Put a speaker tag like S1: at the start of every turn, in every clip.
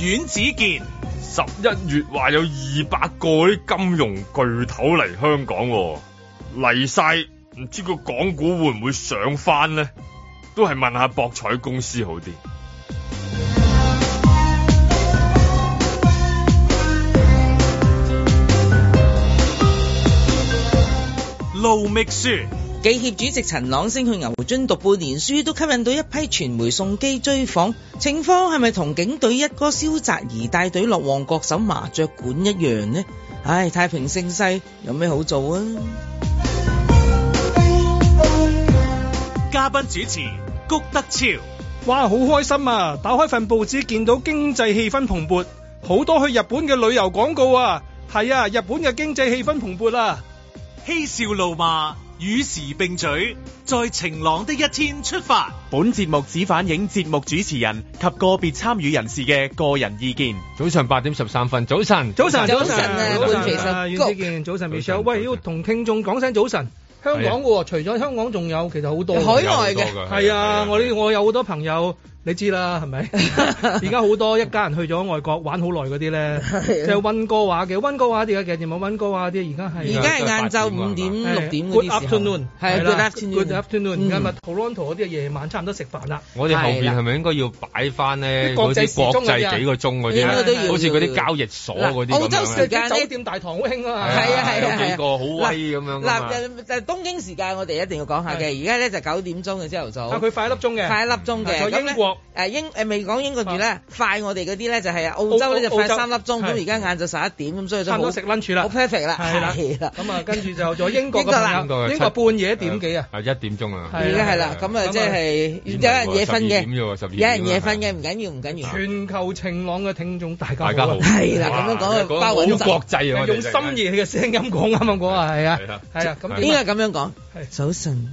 S1: 阮子健。
S2: 十一月話有二百個啲金融巨頭嚟香港喎，嚟晒唔知個港股會唔會上翻呢？都係問下博彩公司好啲。
S1: 路覓書，
S3: 記協主席陳朗升去牛津讀半年書，都吸引到一批傳媒送機追訪。情況係咪同警隊一哥蕭澤頤帶隊落旺角搜麻雀館一樣呢？唉，太平盛世有咩好做啊？
S1: 嘉賓主持谷德超。
S4: 哇，好開心啊！打開份報紙，見到經濟氣氛蓬勃，好多去日本嘅旅遊廣告啊！係啊，日本嘅經濟氣氛蓬勃啊！
S1: 嬉笑怒罵，與時並舉，在晴朗的一天出發。
S5: 本節目只反映節目主持人及個別參與人士嘅個人意見。
S2: 早上八點十三分，早晨，
S4: 早晨，
S3: 早晨
S4: 啊
S3: 啊半肥
S4: 啊，
S3: 瘦
S4: 阮
S3: 谷
S4: 子健，早晨
S2: 早晨
S4: Michelle，喂，
S2: 早晨
S4: 要同聽眾講聲早晨。香港喎，除咗香港，仲有其實好多
S3: 海
S4: 喎。
S3: 外嘅
S4: 係啊，我呢我有好多朋友，你知啦，係 咪？而家好多一家人去咗外國玩好耐嗰啲咧，
S3: 係啊
S4: 就係温哥華嘅。温哥華啲嘅嘅，有冇温哥華啲？而家係
S3: 而家係晏晝五點
S4: 係
S3: 六點嗰
S4: Good
S3: 啲時候
S4: afternoon，
S3: 係
S4: 啦
S3: 啊 Good
S4: Good afternoon。
S3: afternoon，
S4: 而家咪 Toronto 嗰啲夜晚差唔多食飯啦。
S2: 我哋後
S3: 係
S2: 邊
S3: 啦
S2: 係咪應該要擺翻咧
S4: 啲
S2: 嗰
S4: 國際
S2: 啲
S4: 時鐘嗰啲
S2: 國
S4: 啊
S2: 際幾個鐘嗰啲
S3: 應
S2: 啊
S3: 該都要
S2: 好似嗰
S3: 要
S2: 啲交易所嗰啲咁樣
S3: 嗱澳洲
S2: 啊
S3: 時間呢
S4: 酒店大堂好興啊嘛。
S3: 係啊係啊係啊
S2: 有幾個好威咁樣啊嘛
S3: 嗱，嗱東京時間我哋一定要講下嘅，
S4: 係
S3: 而家咧就九點鐘嘅朝頭早。
S4: 啊，佢快粒鐘嘅。
S3: 快粒鐘
S4: 仲有
S3: 嘅，咁呢
S4: 英國
S3: 誒英誒未講英國住咧，快我哋嗰啲咧就係澳洲咧就
S4: 澳
S3: 快
S4: 澳洲
S3: 三粒鐘，咁
S4: 係
S3: 而家晏晝十一點，咁所以就
S4: 差唔
S3: 好
S4: 多食 lunch 啦
S3: 好 perfect 啦，
S4: 係啦
S3: 係啦，
S4: 咁啊，跟住就仲有英國
S3: 英國啦
S4: 嘅
S2: 英
S4: 朋
S2: 國
S4: 友，
S2: 嘅
S4: 英國半夜
S2: 七
S4: 一點幾啊？
S2: 啊一點鐘啊，
S4: 係
S3: 而家係啦，咁啊
S4: 咁啊
S3: 即係
S2: 唔係
S3: 有人夜瞓
S2: 12點啫喎12
S3: 嘅，
S2: 點
S3: 有人夜瞓
S2: 啊
S3: 嘅，唔緊要唔緊要，
S4: 全球晴朗嘅聽眾，大家
S2: 大家好，
S4: 啊
S3: 係啦咁樣講啊
S2: 哇
S3: 包穩陣
S2: 好國際啊，我哋
S4: 用心
S2: 真係
S4: 儀嘅聲音講啱啱講啊，係
S2: 係
S4: 啊
S2: 啦，
S4: 係啊，咁點
S2: 係
S4: 啊
S3: 應該咁樣講
S4: 係。
S3: 早晨，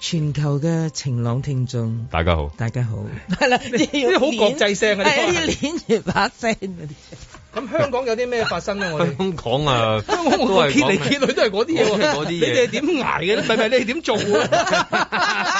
S3: 全球嘅晴朗聽眾，
S2: 大家好。
S3: 大家好，係啦， 呢
S4: 啲好國際聲啊呢個
S3: 係啲攣住把聲嗰啲。
S4: 咁香港有啲咩發生咧？ 我哋
S2: 香港啊，
S4: 香港我揭嚟揭去都係嗰啲嘢
S2: 都
S4: 喎，
S2: 係講緊嗰啲嘢
S4: 你哋係點捱嘅咧？唔係唔係，你哋點做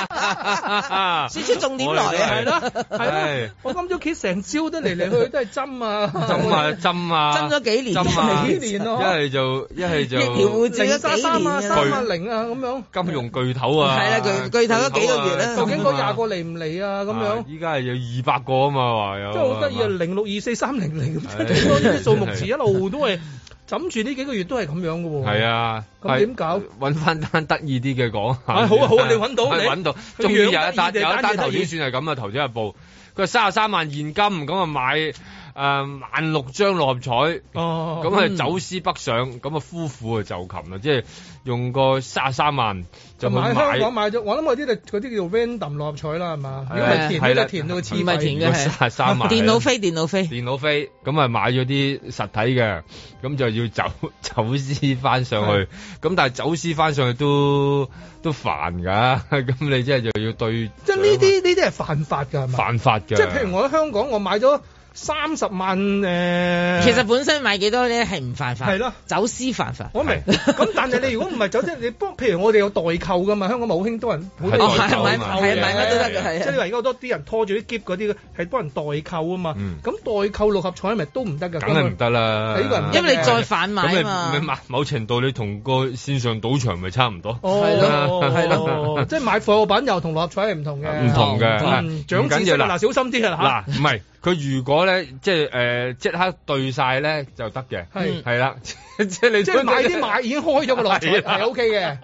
S4: 啊？
S3: 說出重點來啊
S4: 係 咯，係
S2: 係
S4: 咯，我今朝揭成朝都嚟嚟去去都係針啊，
S2: 針啊針啊，
S3: 針咗幾年
S2: 針啊
S4: 幾年咯
S2: 一係就一係 就
S3: 疫苗護 照
S4: 零三三啊，
S3: 幾年啊
S4: 三啊零啊咁樣。
S2: 金融巨頭啊，
S3: 係啦巨巨頭都幾個月啦
S4: 究竟嗰廿個
S2: 咁
S4: 嚟唔嚟啊？咁
S2: 啊
S4: 樣
S2: 依家係有二百個啊嘛，話有
S4: 即係好得意啊！
S2: 係嘛
S4: 零六二四三零零咁，
S2: 係
S4: 好多呢啲數目字一路都係枕住呢幾個月都係咁樣嘅喎。
S2: 係啊，
S4: 咁點搞
S2: 係揾翻單得意啲嘅講下。
S4: 唉好啊好啊你揾到
S2: 係
S4: 你
S2: 揾到，
S4: 佢
S2: 終於有一
S4: 養得
S2: 單
S4: 意
S2: 有
S4: 就
S2: 一
S4: 單
S2: 單
S4: 嘢得
S2: 頭
S4: 意
S2: 先算係咁啊，頭先日報佢三十三萬現金咁啊買誒萬六張六合彩。
S4: 哦，
S2: 咁啊走私北上，咁啊夫婦啊就擒啦，即係用個三十三萬就
S4: 就
S2: 去
S4: 買香港
S2: 買。
S4: 買咗，我諗我啲就嗰啲叫 random 六合彩啦，係嘛？
S2: 係
S4: 如果係填
S2: 係啦
S4: 咧，填到黐
S3: 唔係填
S4: 肺。
S3: 嘅係
S2: 三 十三 萬
S3: 電腦飛電腦飛，
S2: 電腦飛，咁啊買咗啲實體嘅，咁就要走 走私翻上去，咁但係走私翻上去都都煩㗎， 咁你即係就要對
S4: 即係呢啲呢啲係犯法㗎，係嘛？
S2: 犯法
S4: 即
S2: 㗎。
S4: 係譬如我喺香港，我買咗三十呃萬誒，
S3: 其實本身買幾多咧係唔犯法，
S4: 嗯係咯，哦
S3: 走私犯法。
S4: 我明。咁但係你如果唔係走私，你幫譬如我哋有代購㗎嘛，香港咪好興多人好多人
S2: 係
S3: 哦，係
S2: 代購
S3: 買
S2: 嘛
S3: 係買乜都得
S2: 係啊
S3: 嘅，
S4: 即係你
S3: 係
S4: 話
S3: 啊。
S4: 而家好多啲人拖住啲篋嗰啲，係幫人代購啊嘛。
S2: 嗯
S4: 咁、代購六合彩咪都唔得㗎，
S2: 梗係唔得啦，
S4: 呢個唔得
S3: 因為你再販賣
S2: 咁
S3: 啊
S2: 咪咪
S3: 嘛，
S2: 某某程度你同個線上賭場咪差唔多。
S4: 哦，
S3: 係
S2: 咯係咯
S4: 哦即係買貨品又同六合彩係唔同嘅，
S2: 唔同嘅，
S4: 嗯
S2: 嗱
S4: 長
S2: 唔緊
S4: 知識
S2: 要啦
S4: 啊嗱，。小心啲啊
S2: 嗱，唔係佢如果咧，即係誒即刻對晒咧就得嘅，
S4: 嚇，係
S3: 嗯
S2: 係啦， 即係你
S4: 即係買啲買已經開咗個六合彩
S2: 係啦
S4: 係 OK 嘅，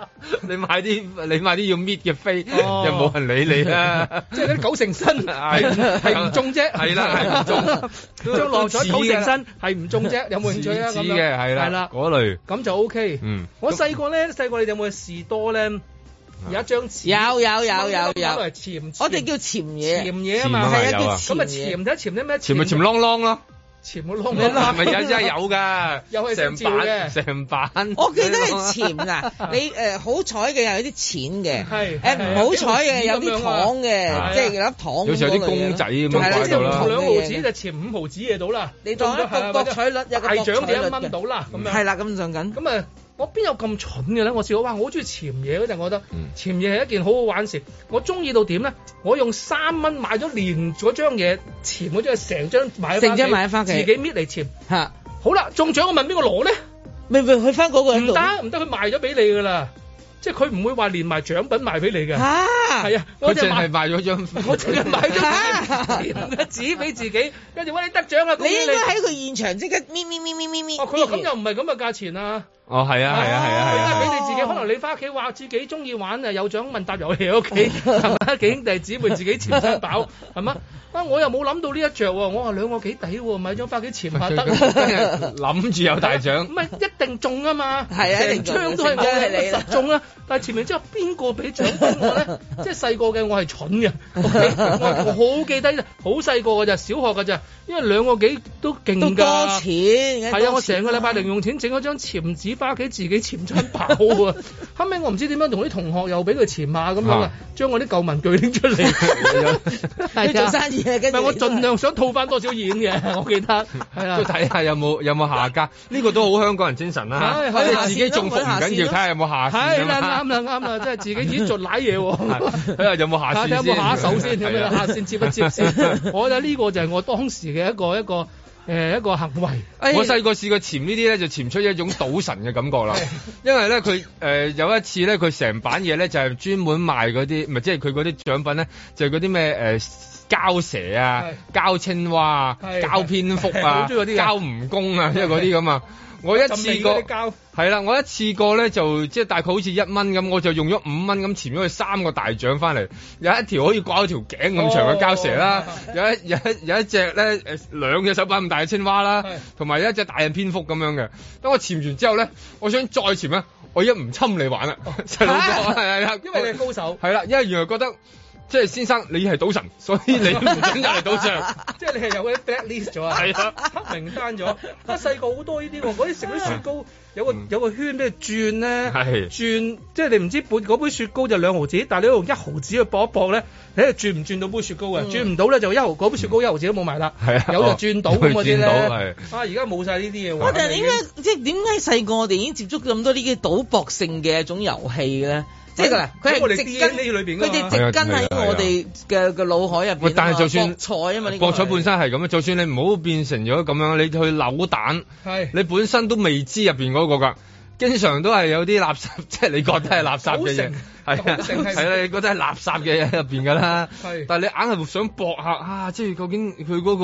S2: 你買啲你買啲要搣嘅飛，又
S4: 哦
S2: 冇人理你啦，
S4: 即係嗰啲九成新係
S2: 係
S4: 係唔中啫，
S2: 係啦係唔 中，
S4: 將六合彩九成新係唔中啫，有
S2: 有
S4: 冇興趣啊？咁樣
S2: 嘅係啦，
S4: 係啦，
S2: 嗰類，
S4: 咁就 OK。
S2: 嗯，
S4: 我細個咧，細個你哋有冇去士多咧？
S2: 啊
S4: 有一張紙
S3: 有有有有
S4: 掹咗落嚟
S3: 有，
S4: 啊潛
S3: 我哋叫潛嘢
S4: 潛，嘢啊嘛，
S2: 潛
S3: 係
S2: 啊係
S3: 啊
S2: 有
S3: 叫
S2: 啊
S4: 咁
S3: 潛
S4: 啊
S3: 嘢。
S4: 潛睇潛啲咩？
S2: 潛咪潛啷啷咯，
S4: 潛個窿啊窿，
S2: 咪有 真係有㗎，
S4: 有係
S2: 成
S4: 照
S2: 版
S4: 嘅
S2: 成版，
S3: 我記得 係潛 嗱，你誒好彩嘅又有啲錢嘅，
S4: 係
S3: 誒唔好彩嘅有啲糖
S2: 係啊
S3: 嘅，即係有粒糖
S2: 有
S3: 咁
S2: 時有
S3: 嗰
S2: 啲
S3: 類啊
S2: 公仔咁
S3: 係
S2: 樣
S3: 啦
S2: 擺
S3: 即係
S2: 到
S3: 唔
S2: 啦
S4: 兩
S3: 同。
S4: 兩毫
S3: 嘅
S4: 紙
S3: 嘢
S4: 就啊潛五毫紙嘅到啦，
S3: 你當一個博彩率有個
S4: 大
S3: 博彩
S4: 獎就一
S3: 率嗯
S4: 蚊
S3: 嘅，
S4: 到啦，咁樣
S3: 係啦咁上緊。
S4: 咁啊我邊有咁蠢嘅咧？我試過哇，我好中意潛嘢嗰陣，我覺得
S6: 嗯
S4: 潛嘢係一件好好玩事。我中意到點咧？我用三蚊買咗連嗰張嘢潛嗰張，成張買咗
S3: 成張買咗返屋企
S4: 自己搣嚟潛。
S3: 嚇，
S4: 好啦，中獎我問邊個攞咧？
S3: 咪咪去翻嗰個人
S4: 唔
S3: 度
S4: 得唔得，佢賣咗俾你噶啦，即係佢唔會話連埋獎品賣俾你嘅。
S3: 嚇，
S4: 係啊，
S2: 佢
S4: 我就
S2: 淨係
S4: 買，
S2: 賣咗張，
S4: 我淨係買
S3: 啊
S4: 咗一張紙俾自己，跟住喂你得獎啦，
S3: 你
S4: 恭喜
S3: 應該
S4: 你！
S3: 喺佢現場即刻咪咪咪咪咪咪，
S4: 哦，佢話咁又唔係咁嘅價錢啊。
S2: 哦係啊係啊係啊係
S4: 梗係
S2: 啊，
S4: 俾你自己，可能你翻屋企話自己中意玩啊，有獎問答遊戲喺屋 企，係嘛？幾兄弟姊妹自己潛身飽，係嘛？啊，我又冇諗到呢一着喎，我話兩個幾抵喎，買張翻屋企潛下得
S2: 佢佢真係諗住有大獎
S4: 唔，係一定中啊嘛，
S3: 係啊一定
S4: 成張
S3: 中
S4: 都係我
S3: 成張係你啊
S4: 嘅
S3: 啦
S4: 實中啦。但係前面之後邊個俾獎品我 咧？即係細個嘅我係蠢嘅，我我好記得，好細個㗎咋，小學㗎咋，因為兩個幾都勁
S3: 都
S4: 㗎。
S3: 多錢，
S4: 係啊！我成個禮拜零用錢整咗張潛紙翻屋企 自己潛親飽啊！後尾我唔知點樣同啲同學又俾佢潛下咁樣
S2: 啊
S4: 啊，將我啲舊文具拎出 嚟，
S3: 去做
S4: 係啊！
S3: 生意啊，
S4: 唔
S3: 跟住
S4: 係我盡量想套翻多少現嘅，我記 得係
S2: 都
S4: 啦。
S2: 睇下有冇有冇下家，呢個都好香港人精神啦，
S4: 係
S2: 即
S4: 係
S2: 係自己中伏唔
S3: 下線
S2: 緊要，
S3: 咯
S2: 睇下有冇下
S4: 係
S2: 線
S4: 啦，
S2: 啊
S4: 啱
S2: 嘛，
S4: 啦，啱啦，即係自己已經做賴嘢
S2: 係
S4: 喎。
S2: 睇下有冇下
S4: 睇下
S2: 線
S4: 有冇下一手先，咁樣
S2: 係啊
S4: 下線接一 接先。我覺得呢個就係我當時嘅一個一個誒一個行為。
S3: 哎
S2: 我細個試過潛呢啲咧，就潛出一種賭神嘅感 覺啦。因為咧，佢誒、呃有一次咧，佢成版嘢咧就係、專門賣嗰啲，唔係即係佢嗰啲獎品咧，就係嗰啲咩誒膠蛇啊、膠青蛙啊、
S4: 係
S2: 膠蝙蝠
S4: 好
S2: 啊、
S4: 中意嗰啲嘅
S2: 膠蜈蚣啊，即係嗰啲咁啊。我一次過
S4: 浸味嗰啲膠
S2: 係啦，我一次過咧就即係大概好似一蚊咁，我就用咗五蚊咁潛咗去三個大獎翻嚟，有一條可以掛喺條頸咁長嘅膠蛇啦，
S4: 哦
S2: 有一有一有一隻咧誒兩隻手板咁大嘅青蛙啦
S4: 係，
S2: 同埋有一隻大嘅蝙蝠咁樣嘅。當我潛完之後咧，我想再潛咧，我一唔侵你玩啦， 細佬哥 係啦，
S4: 哦因為你係高 手，
S2: 係啦，因為原來覺得即係先生你係賭神， 所以你唔準入嚟賭 場。
S4: 即係你係有嗰啲 black list 咗啊，
S2: 係啊
S4: 黑名單咗。啊，細個好多呢啲喎，嗰啲食啲雪糕有個
S2: 嗯
S4: 有個圈俾佢轉咧，
S2: 係
S4: 轉即係你唔知半嗰杯雪糕就兩毫子，但係你用一毫子去搏一搏咧，你係轉唔轉到杯雪糕嘅？啊轉唔到咧就一毫嗰杯雪糕一毫子都冇埋啦。
S2: 嗯 係啊
S4: 有就轉到咁嗰啲 咧。
S2: 轉到係
S4: 啊，而家冇晒呢啲嘢喎。
S3: 我哋點解即係點解細個我哋已經接觸咁多呢啲賭博性嘅一種遊戲咧？即係嗱，佢
S4: 咁我
S3: 係
S4: 哋
S3: 植
S4: DNA 裏邊
S3: 根，
S4: 㗎
S3: 佢
S4: 嘛
S3: 哋植根喺
S2: 係啊係啊
S3: 我哋嘅嘅腦海入邊啊
S2: 喂
S3: 嘛。
S2: 但係就
S3: 博
S2: 算
S3: 彩啊嘛，呢個
S2: 博彩
S3: 係
S2: 本身係咁啊，就算你唔好變成咗咁樣，你去扭蛋。
S4: 係
S2: 你本身都未知入邊嗰個㗎，經常都係有啲垃圾， 即係你覺得係垃圾嘅嘢，係啊，
S4: 九成係
S2: 係啦，你覺得係垃圾嘅嘢入邊㗎啦。
S4: 係
S2: 但係你硬係想搏下啊，即係究竟佢嗰、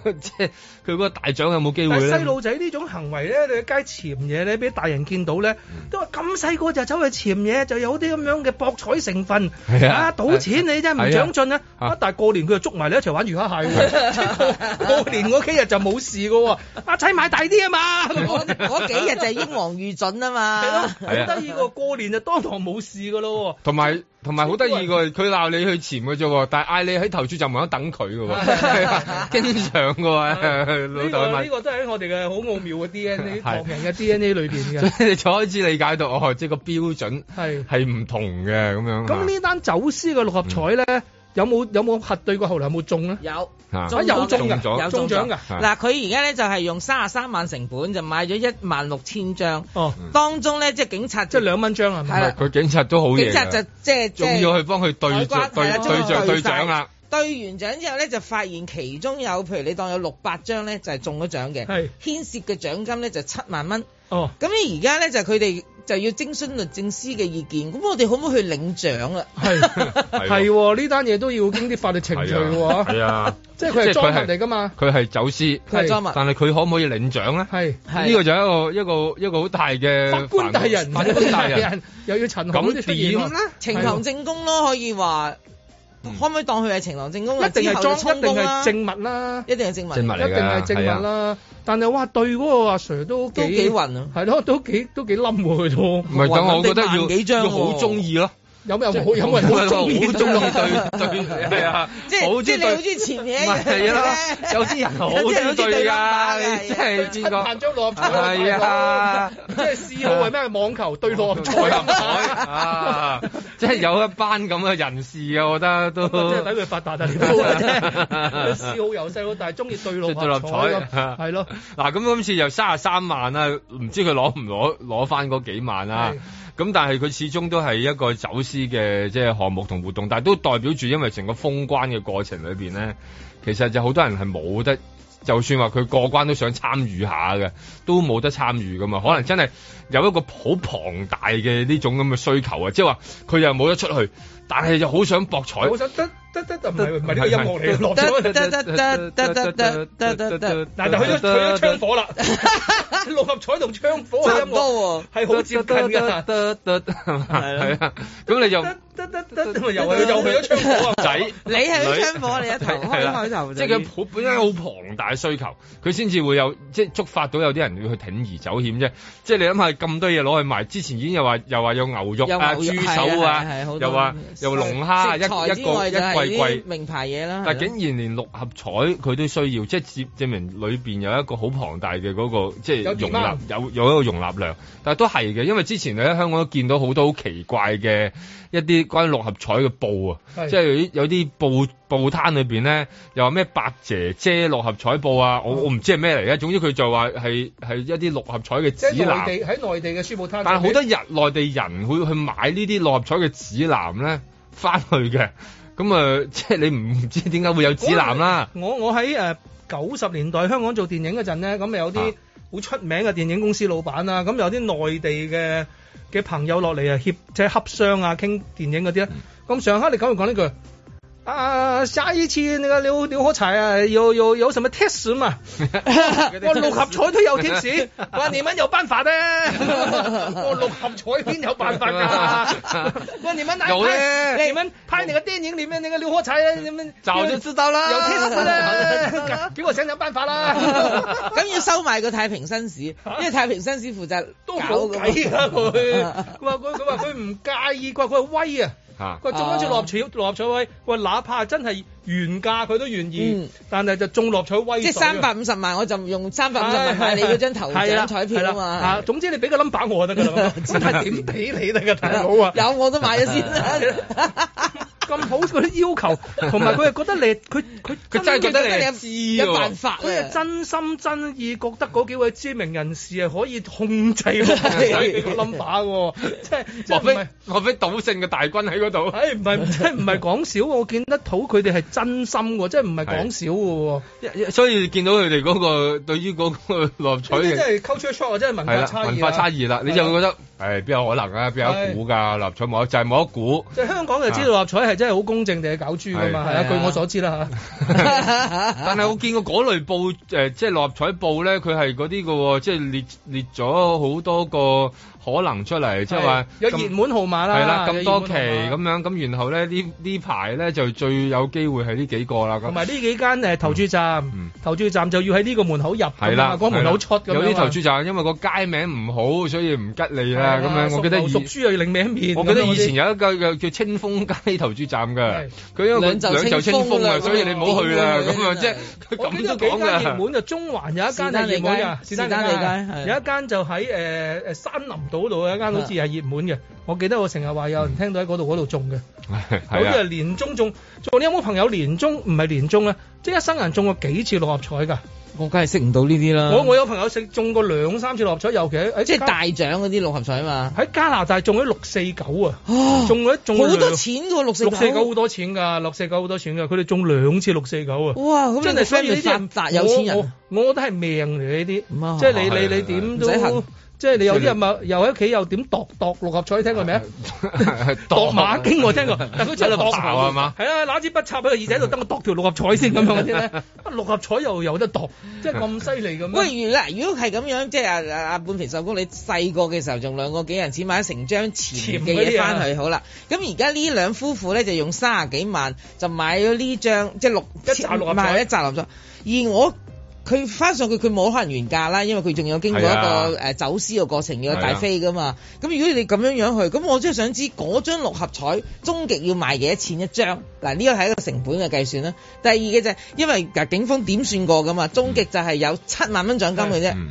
S2: 個 即係佢嗰個大獎有冇機會
S4: 但係
S2: 咧？
S4: 細路仔呢種行為咧，你喺街潛嘢咧，俾大人見到咧，
S2: 嗯
S4: 都話咁細個就走去潛嘢，就有啲咁樣嘅博彩成分，
S2: 係啊
S4: 賭錢你真係唔長進啊！
S2: 係啊
S4: 啊，但係過年佢就捉埋你一齊玩魚蝦蟹喎，即係 過過年嗰幾日就冇事嘅喎，阿仔買大啲啊 嘛，
S3: 嗰嗰幾日就係英皇御準啊
S4: 係
S3: 嘛
S4: 咯，。好得意喎，過年就當堂冇事嘅咯
S2: 同埋同埋好得意㗎，佢鬧你去潛嘅啫喎，但係嗌你喺投注站門口等佢㗎喎，係啊 經常㗎喎，
S4: 喎。
S2: 老
S4: 呢
S2: 豆
S4: 個
S2: 問
S4: 呢。個都係喺我哋嘅好奧妙嘅 DNA，
S2: 係
S4: 唐人嘅 DNA 裏邊嘅，
S2: 所以你就開始理解到哦，即係個標準
S4: 係。
S2: 係唔同嘅咁樣。
S4: 咁呢單走私嘅六合彩
S2: 嗯
S4: 咧，有冇有冇核對過後來有冇中咧？
S3: 有
S2: 啊
S4: 啊有中
S2: 㗎
S4: 㗎，
S3: 有
S4: 中
S3: 中
S4: 獎
S3: 獎
S4: 㗎
S3: 㗎。。嗱，佢而家咧就係用三十三萬成本就買咗一萬六千張，
S2: 嗯
S4: 哦，
S3: 當中咧即係警察
S4: 即係
S3: 就
S4: 兩蚊張係
S3: 係
S4: 咪？
S3: 啦
S2: 佢警察都好嘢
S3: 警
S2: 㗎。
S3: 察就即係即
S2: 仲
S3: 係
S2: 要去幫佢對
S3: 海
S2: 著
S3: 關係
S2: 對
S3: 啦
S2: 對
S3: 將
S2: 著
S3: 佢
S2: 對啊
S3: 對
S2: 獎啦，
S3: 對完獎之後咧，就發現其中有譬如你當有六百張咧，就係中咗獎嘅
S4: 係，
S3: 牽涉嘅獎金咧就七萬蚊。
S4: 哦，
S3: 咁你而家咧就佢哋就要徵詢律政司嘅意見，咁我哋可唔可以去領獎啊啦？
S4: 係係喎，呢單嘢都要經啲法律程序喎。
S2: 係啊，
S4: 即係佢係
S2: 即係
S4: 裝
S2: 佢
S4: 物
S2: 係
S4: 嚟㗎嘛。
S2: 佢係走私，
S3: 佢係啊裝物
S2: 但係佢可唔可以領獎咧？
S4: 係
S2: 呢個就係一個一個一個好大嘅
S4: 法官大人，
S2: 法官大人，
S4: 又要陳
S2: 咁
S4: 紅啲出現
S2: 點
S4: 喎
S2: 咧
S3: 啊呈堂證供咯，可以話
S2: 嗯
S3: 可唔可以當佢係呈堂證供？啊
S2: 啊
S4: 一定係裝，
S3: 之後
S4: 一
S3: 就
S4: 定
S3: 充公
S4: 係
S3: 啦，
S4: 證物啦。
S3: 一定係證
S2: 證
S3: 物，
S2: 物
S4: 一
S2: 嚟
S4: 定係
S2: 㗎，
S4: 證物
S2: 啊。
S4: 啦，但係哇，對嗰個阿 Sir 都幾
S3: 都幾暈啊
S4: 係咯，都幾都幾冧喎佢都。
S2: 唔係，
S3: 雲
S2: 咁
S3: 雲
S2: 我覺得
S3: 地萬幾
S2: 要
S3: 張
S2: 要好
S3: 喎
S2: 中意咯，
S4: 有冇有冇有冇人好中意？
S2: 好 中意對對係啊，
S3: 即係
S2: 好中
S3: 即係
S2: 意
S3: 你好
S2: 對
S3: 中。意前
S2: 唔
S3: 嘢一樣
S2: 係啦
S3: 嘅，
S2: 有啲人好
S3: 有
S2: 中
S3: 啲人好中
S2: 意
S3: 意
S2: 對
S3: 對
S2: 㗎，
S3: 㗎
S2: 你真係
S4: 七
S2: 邊個？
S4: 萬張六合彩
S2: 係啊
S4: 即係嗜好 係咩？網球對六合
S2: 彩
S4: 彩
S2: 合 彩啊！即係有一班咁嘅人士嘅，我覺得都
S4: 即係睇佢發達啊！你都佢嗜好由細到大，中意對六
S2: 對六
S4: 合
S2: 合
S4: 彩咯
S2: 彩啊
S4: 係咯。
S2: 嗱，咁今次又三十三萬啦，唔知佢攞唔攞攞翻嗰幾萬啦。咁但係佢始終都係一個走私嘅即係項目同活動，但係都代表住因為成個封關嘅過程裏邊咧，其實就好多人係冇得，就算話佢過關都想參與下嘅，都冇得參與噶嘛。可能真係有一個好龐大嘅呢種咁嘅需求啊，即係話佢又冇得出去，但係又好想博彩。
S4: 我想得得得得，唔係唔係呢個音樂嚟嘅，落咗
S3: 得得得得得得得 得
S4: 嗱，就去咗去咗槍火啦， 六合彩同槍火嘅
S3: 差
S4: 音樂
S3: 唔多喎。
S4: 係好接近㗎。
S2: 得得得，係啊，咁你就
S4: 得得得得得，又係又去咗槍火啊！
S2: 仔。
S3: 你係
S2: 女
S3: 去槍火，你一頭
S2: 係
S3: 開
S2: 啦
S3: 開頭
S2: 即係
S3: 就
S2: 佢好本身好龐大嘅需求，佢先至會有即係觸發到有啲人要去鋌而走險啫。即係你諗下咁多嘢攞去賣，之前已經又話又話有牛肉
S3: 有
S2: 啊、
S3: 牛肉
S2: 豬
S3: 係
S2: 手
S3: 係係係
S2: 啊
S3: 好，多嗯
S2: 又話又龍蝦啊一
S3: 食材
S2: 一
S3: 之
S2: 個
S3: 外
S2: 一
S3: 就係
S2: 季
S3: 啲
S2: 季。
S3: 名牌嘢啦。
S2: 但
S3: 係咯
S2: 竟然連六合彩佢都需要，即係證證明裏邊有一個好龐大嘅嗰、個即
S4: 有
S2: 係容
S4: demand
S2: 納有有一個容納量，但係都係嘅，因為之前你喺香港都見到好多好奇怪嘅一啲關於六合彩嘅報啊，
S4: 係
S2: 即係有啲有啲報報攤裏邊咧，又話咩白姐姐六合彩報啊，
S4: 嗯
S2: 我我唔知係咩嚟嘅，總之佢就話係係一啲六合彩嘅
S4: 即係
S2: 指南。
S4: 內地喺內地嘅書報攤，
S2: 但係好多人內地人會去買呢啲六合彩嘅指南咧，翻去嘅。咁啊、 呃即係你唔知點解會有指 南啦。
S4: 我我喺誒九十年代香港做電影嗰陣咧，咁有啲
S2: 啊
S4: 好出名嘅電影公司老闆啦，咁有啲內地嘅嘅朋友落嚟啊，協即係洽商啊，傾電影嗰啲
S2: 嗯
S4: 咧。咁上刻你講完講呢句。啊！下一次那個劉劉火彩啊，有有有什麼 test 嘛？我六合彩都有 test，話你們有辦法 的。我六合彩邊有辦法 㗎？我你們 哪
S2: 有
S4: 拍？
S2: 咧
S4: 你們拍那個電影裡面那個劉火彩啊，你們
S2: 早就 知道啦，
S4: 有 test 啦，給我想想辦法 啦。
S3: 咁要收買個太平紳士，因為太平紳士負責
S4: 都
S3: 搞
S4: 冇
S3: 㗎嘛
S4: 計 㗎佢，佢話佢佢話佢唔介意，佢話佢係威啊，
S2: 嚇
S4: 佢話中咗次六合彩
S3: 啊
S4: 六合彩威，佢話哪怕真係原價佢都願意
S3: 嗯，
S4: 但係就中六合彩威
S3: 即係
S4: 水啊
S3: 三百五十萬，我就用三百五十
S4: 係
S3: 萬買你嗰張頭
S4: 係啦
S3: 獎彩票
S4: 係
S3: 啊
S4: 啦啊
S3: 嘛。
S4: 總之你俾個 number 我就得㗎 啦，真係 點俾你得㗎，大佬啊！
S3: 有我都買咗先
S4: 係啊
S3: 啦。
S4: 咁好嗰啲要求，同埋佢係覺得你佢佢
S2: 佢真係覺得你係知
S3: 有有辦
S2: 喎。
S3: 法啊，
S4: 佢係真心真意覺得嗰幾位知名人士係可以控制 六合彩呢個 number 喎，即係即係
S2: 莫
S4: 唔
S2: 非
S4: 係？哎
S2: 莫非賭聖嘅大軍喺嗰 度？
S4: 唉，唔係 即係唔係講笑喎，我見得到佢哋係真心喎，即係唔係講笑嘅喎。
S2: 所以見到佢哋嗰個對於嗰個 六合彩
S4: 呢啲
S2: 嘅。
S4: 真係 culture shock 啊，真係文
S2: 係
S4: 化
S2: 啦，
S4: 差異啊啊
S2: 文化差異啦，你就會覺得，誒邊有可能啊？邊有
S4: 係
S2: 得估㗎？六合彩冇得，就係冇得估。
S4: 即係香港就知道六合彩係真係好公正地係搞豬㗎嘛，
S3: 係
S4: 係啊，
S3: 係啊
S4: 據我所知啦嚇。
S2: 但係我見過嗰類報誒、呃即係六合彩報咧，佢係嗰啲嘅喎，即係列列咗好多個可能出嚟，即係話
S4: 有
S2: 咁
S4: 熱門號碼啦，
S2: 係啦，咁多期
S4: 有熱門號
S2: 咁
S4: 碼
S2: 樣，咁然後咧呢呢排咧就最有機會係呢幾個啦。
S4: 同
S2: 咁
S4: 埋呢幾間誒投注站
S2: 嗯，
S4: 投注站就要喺呢個門口入㗎嘛，
S2: 係啦，
S4: 嗰個門口出
S2: 係
S4: 咁樣
S2: 啦有啲投
S4: 啊
S2: 注站因為個街名唔好，所以唔吉利啦。
S4: 係
S2: 啊咁樣我記得
S4: 哎熟
S2: 以
S4: 書又要另一面。
S2: 我記得以前
S4: 咁樣嗰啲
S2: 有一個叫叫清風街投注站
S4: 係
S2: 嘅，佢因為
S3: 兩袖
S2: 兩袖
S3: 清
S2: 清
S3: 風
S2: 風啊，
S3: 啦
S2: 所以你唔好去啦。
S3: 咁樣
S2: 咁啊，即係佢
S4: 我記得
S2: 咁
S4: 有
S2: 都
S4: 幾
S2: 講
S4: 間熱
S2: 㗎。
S4: 門就中環有一間係熱門嘅，
S3: 是但利街是但利街係
S4: 有一間就喺誒誒山林島度有一間好似係熱門嘅。我記得我成日話有人聽到喺嗰度嗰度中嘅，有
S2: 係
S4: 啲係
S2: 啊，
S4: 年中中。仲有冇朋友年中唔係年中啊？即係一生人中過幾次六合彩㗎？
S3: 我梗係識唔到呢啲啦。
S4: 我我有朋友食中過兩三次六合彩，尤其喺喺
S3: 嗯即係
S4: 加
S3: 大獎嗰啲六合彩嘛。
S4: 喺加拿大中咗六四九啊！
S3: 哦
S4: 中咗中咗
S3: 好多
S4: 兩
S3: 錢㗎喎，六四
S4: 六四九好多錢㗎，六四九好多錢㗎，佢哋中兩次六四九啊！
S3: 哇！咁
S4: 真
S3: 你個
S4: 係所以
S3: friend
S4: 呢
S3: 咪
S4: 啲
S3: 發
S4: 人
S3: 達有錢人啊。
S4: 我我我覺得係命嚟呢啲，
S3: 咁啊
S4: 即係你
S2: 係
S4: 你你點
S3: 唔使
S4: 都
S3: 恨，
S4: 即係你有啲人咪又喺屋企又點度度六合彩，聽過未 啊？度馬經我聽過，但佢真係
S2: 喺度
S4: 度
S2: 爆係嘛
S4: 係啊，拿支筆插喺個耳仔度，等我度條六合彩先咁樣嗰啲咧，啊六合彩又有得度，即係咁犀利咁樣。
S3: 喂，如嗱，如果係咁樣，即係啊啊啊半肥瘦高，你細個嘅時候仲兩個幾人錢買成張錢嘅嘢
S4: 啊
S3: 翻去好啦。咁而家呢兩夫婦咧就用三十幾萬就買咗呢張即係六
S4: 一紮六合彩
S3: 買一扎六合彩，而我。佢翻上去佢冇可能原價啦，因為佢仲有經過一
S2: 係啊
S3: 個誒走私嘅過程，要有
S2: 係
S3: 大
S2: 啊
S3: 飛噶嘛。咁如果你咁樣樣去，咁我真係想知嗰張六合彩終極要賣幾多錢一張？嗱，呢個係一個成本嘅計算啦。第二嘅就係因為嗱警方點算過噶嘛，終極就係有七萬蚊獎金嘅啫。
S2: 嗯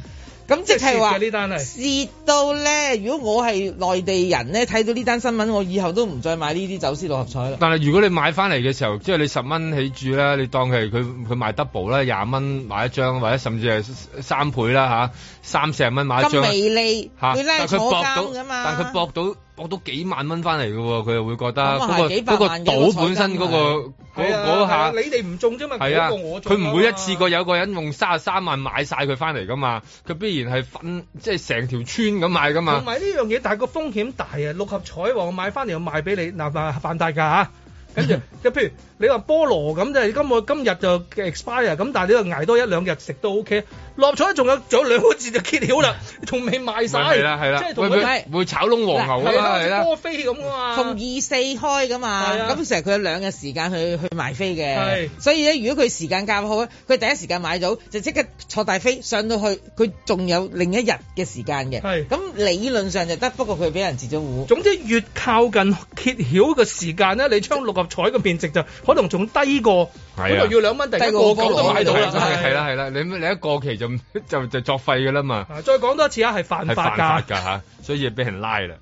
S3: 咁即係
S4: 即係蝕
S3: 話
S4: 嘅呢單係
S3: 蝕到咧，如果我係內地人咧，睇到呢單新聞，我以後都唔再買呢啲走私六合彩啦。
S2: 但係如果你買翻嚟嘅時候，即係你十蚊起注啦，你當佢係佢佢賣 double 啦，廿蚊買一張，或者甚至係三倍啦吓，三四十蚊買一
S3: 咁
S2: 張。
S3: 微利，
S2: 嚇
S3: 佢拉
S2: 但
S3: 坐
S2: 佢搏
S3: 監
S2: 到
S3: 㗎，嘛。
S2: 但佢搏到搏到幾萬蚊翻嚟嘅喎，佢又會覺得
S3: 咁啊係
S2: 嗰個
S3: 幾百
S2: 嗰個
S3: 萬嘅一個
S2: 賭
S3: 彩
S2: 本身
S3: 金
S2: 嗰個嗰
S4: 係啊
S2: 嗰
S4: 係啊
S2: 下
S4: 你。哋唔中啫嘛，
S2: 係啊，
S4: 嗰個我中
S2: 佢唔會一次過有個人用三十三萬買晒佢翻嚟噶嘛，佢必然係分即係成條村咁買噶啊嘛
S4: 同。埋呢樣嘢，但係個風險大啊！六合彩話我買翻嚟又賣俾你，嗱嗱犯大價嚇。跟 住就譬如你話菠蘿咁，就係今個今日就 expire 咁，但係你又捱多一兩日食都 OK。六合彩仲有仲有兩個字就揭曉 啦，仲未賣晒。
S2: 咪係啦係啦
S4: 即係，同
S2: 會
S4: 佢
S2: 會會炒窿黃牛
S4: 係
S2: 㗎嘛
S4: 啦，
S2: 係
S4: 係啦，
S2: 啦。
S4: 波飛咁啊
S3: 逢
S4: 嘛
S3: 二。四開噶嘛，
S4: 係啊
S3: 咁成日佢有兩日時間去去買飛嘅
S4: 係，
S3: 所以咧如果佢時間較好咧，佢第一時間買到就即刻坐大飛上到去，佢仲有另一日嘅時間嘅，
S4: 係
S3: 咁理論上就得，不過佢俾人截咗糊。
S4: 總之越靠近揭曉嘅時間咧，你將六合彩嘅面值就可能仲低過，
S2: 係
S4: 可
S2: 啊
S4: 能要兩蚊，突然間
S3: 低過
S4: 個個都買到啦，
S2: 係啦係啦，你你一過期就 就就作廢㗎啦嘛，
S4: 啊再講多一次啊，係犯
S2: 係
S4: 法
S2: 犯法
S4: 㗎。
S2: 㗎嚇，所以俾人拉啦。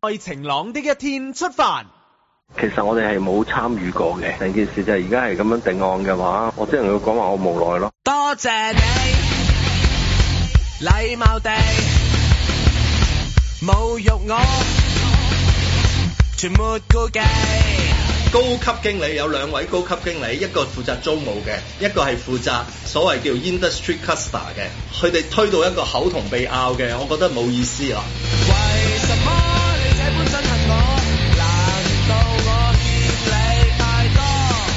S7: 在晴朗的一天出發。
S8: 其實我哋係冇參與過嘅，成件事就係而家係咁樣定案嘅話，我只能夠講話我無奈咯。
S9: 多謝你，禮貌地侮辱我，全沒顧忌。
S10: 高級經理有兩位高級經理，一個負責租務嘅，一個係負責所謂叫 industry cluster 嘅。佢哋推到一個口同鼻拗嘅，我覺得冇意思啊啦。
S9: 為什麼你這般憎恨我？難道我欠你太多？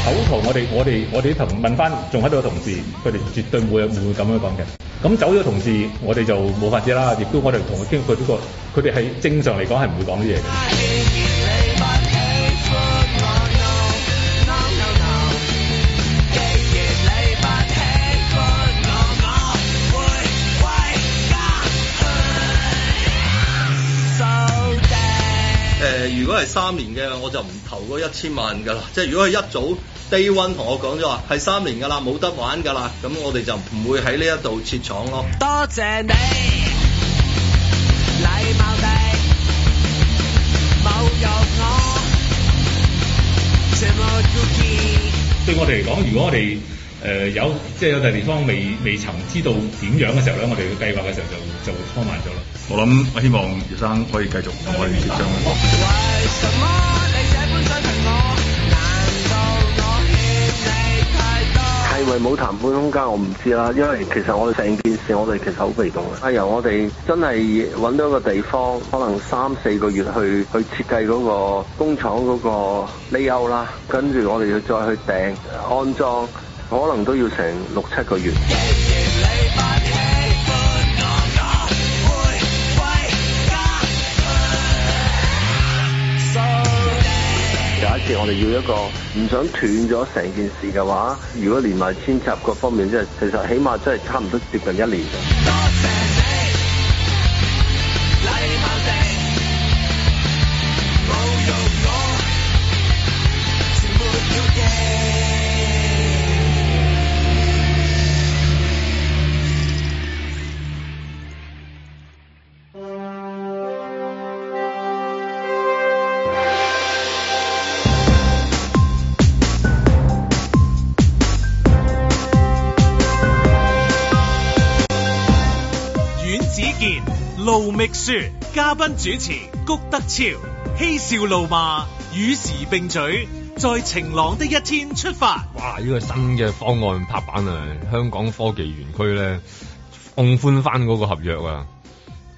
S11: 口頭我哋我哋我哋同問翻仲喺度嘅同事，佢哋絕對冇唔會咁樣講嘅。咁走咗嘅同事，我哋就冇法子啦。亦都我哋同佢傾，佢呢個佢哋係正常嚟講係唔會講呢嘢嘅。
S9: 發現你不喜歡我，no no no no。既然你不喜歡我，我會為家去收定。
S10: 誒、如果係三年嘅，我就唔投嗰一千萬㗎啦。即係如果佢一早 day one 同我講咗話係三年㗎啦，冇得玩㗎啦，咁我哋就唔會喺呢一度設廠咯。
S9: 多謝你，禮貌地侮辱我，全無顧忌。
S11: 對我哋嚟講，如果我哋誒、呃有即係有第地方未未曾知道點樣嘅時候咧，我哋嘅計劃嘅時候就就會拖慢咗啦。我諗我希望葉生可以繼續同我哋協商啦。
S9: 為什麼你這般想恨我？難道我欠你太多？
S8: 係咪冇談判空間我唔知啦，因為其實我哋成件事我哋其實好被動嘅。係由我哋真係揾到一個地方，可能三四個月去去設計嗰個工廠嗰個 layout 啦，跟住我哋要再去訂安裝，可能都要成六七個月。假設我哋要一個唔想斷咗成件事嘅話，如果連埋遷插各方面，即係其實起碼真係差唔多接近一年嘅。
S1: 阮子健、盧覓雪，嘉賓主持谷德超，嬉笑怒罵，與時並舉，在晴朗的一天出發。
S2: 哇！呢、個新嘅方案拍板啊，香港科技園區咧放寬翻嗰個合約啊，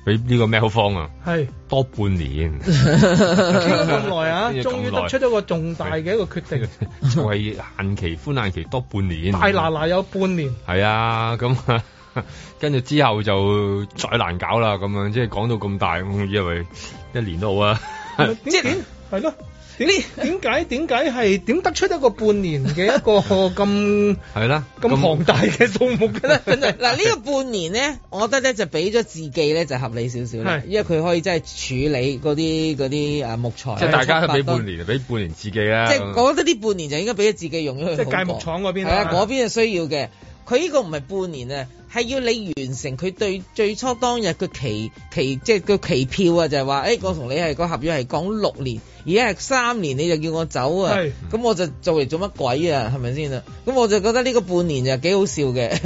S2: 俾呢個咩好方啊，
S4: 係。
S2: 多 半年，
S4: 傾咗咁耐 啊，
S2: 傾咗咁
S4: 終於
S2: 耐
S4: 得出咗個重大嘅一個決定，
S2: 就係限期寬限期多半年。
S4: 大嗱嗱有半年，
S2: 係啊，咁啊， 跟住之後就再難搞啦，咁樣即係講到咁大，我以為一年都好啊。
S4: 點點係咯，點點解點解係點得出一個半年嘅一個咁
S2: 係啦，
S4: 咁龐大嘅數目嘅 咧？
S3: 真係嗱，呢個半年咧，我覺得咧就俾咗自己咧就合理少少啦
S2: 係，
S3: 因為佢可以真係處理嗰啲嗰啲誒木材啊，
S2: 即係大家都俾
S3: 出發
S2: 半年，俾半年自己啊啦。
S3: 即係我覺得呢半年就應該俾咗自己用咗佢好過。
S4: 嗯即係界木廠嗰邊啦
S3: 係啊，嗰邊係需要嘅。佢呢個唔係半年啊，係要你完成佢對最初當日嘅期期，即係個期票啊，就係話，誒、我同你係個合約係講六年，而家係三年，你就叫我走啊
S4: 係，
S3: 咁我就做嚟做乜鬼啊？係咪先啊？咁我就覺得呢個半年就幾好笑嘅。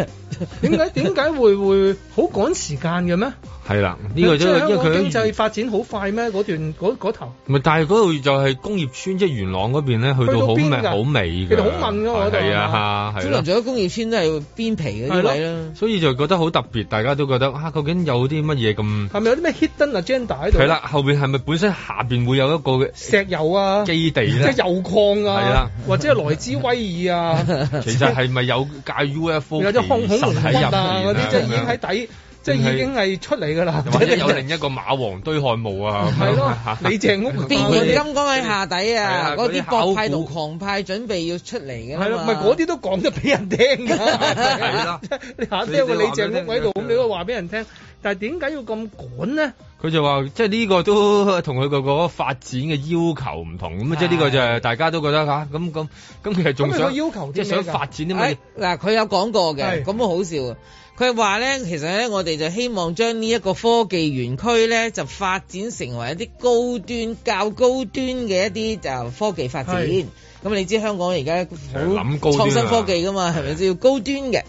S4: 點解 點解會會好趕時間嘅咩？
S2: 係啦，呢個
S4: 即
S2: 都
S4: 係香
S2: 因為
S4: 港
S2: 佢
S4: 經濟發展好快咩？嗰段嗰嗰頭
S2: 唔係，但係嗰度就係工業村，即係元朗嗰邊咧，去
S4: 去
S2: 到
S4: 到
S2: 好
S4: 邊
S2: 尾
S4: 㗎
S2: 好尾
S4: 佢哋好問㗎喎嗰度
S2: 係啊，係
S3: 小
S2: 啦
S3: 良。做咗工業村都係邊皮嗰
S2: 係
S3: 啲
S2: 咯
S3: 位啦。
S2: 所以就覺得好特別，大家都覺得啊，究竟有啲乜嘢咁？
S4: 係咪有啲咩 hidden agenda 喺度？啊
S2: 係啦，，後邊係咪本身下邊會有一個嘅
S4: 石油啊，
S2: 基地
S4: 即
S2: 咧
S4: 係？油礦
S2: 係啦
S4: 啊，或者係萊茲威爾 啊，
S2: 其實係咪有架 UFO
S4: 有啲空
S2: 其
S4: 恐龍
S2: 實
S4: 骨
S2: 喺入
S4: 啊嗰
S2: 邊
S4: 啲，即係已經喺底，即係已經係出嚟㗎啦。
S2: 又嗯或者有另一個馬王堆漢墓啊？
S4: 係咯
S2: 嚇，
S4: 李鄭 屋啊
S3: 變換金剛喺下底啊！
S2: 係啊嗰
S3: 嗰
S2: 啲
S3: 啲
S2: 考古
S3: 博派同狂派準備要出嚟嘅
S4: 係咯，
S3: 啦
S4: 唔
S3: 嘛
S4: 係嗰啲都講得俾人聽㗎。
S2: 係啦，
S4: 你下低有個李鄭屋喺度，咁你都話俾人聽。但係點解要咁趕咧？
S2: 佢就話，即係呢個都同佢個個發展嘅要求唔同，咁啊即係呢個就係大家都覺得嚇，咁咁咁其實仲
S4: 咁佢
S2: 想
S4: 要求啲
S2: 即係
S4: 咩㗎
S2: 想發展啲乜
S3: 哎
S2: 嘢？
S3: 嗱，佢有講過嘅，
S4: 係
S3: 咁好笑啊！佢話咧，其實咧，我哋就希望將呢一個科技園區咧，就發展成為一啲高端、較高端嘅一啲就科技發展。
S2: 係
S3: 咁你知香港而家好
S2: 諗高端
S3: 創
S2: 啊
S3: 新科技噶嘛，係咪先要高端嘅？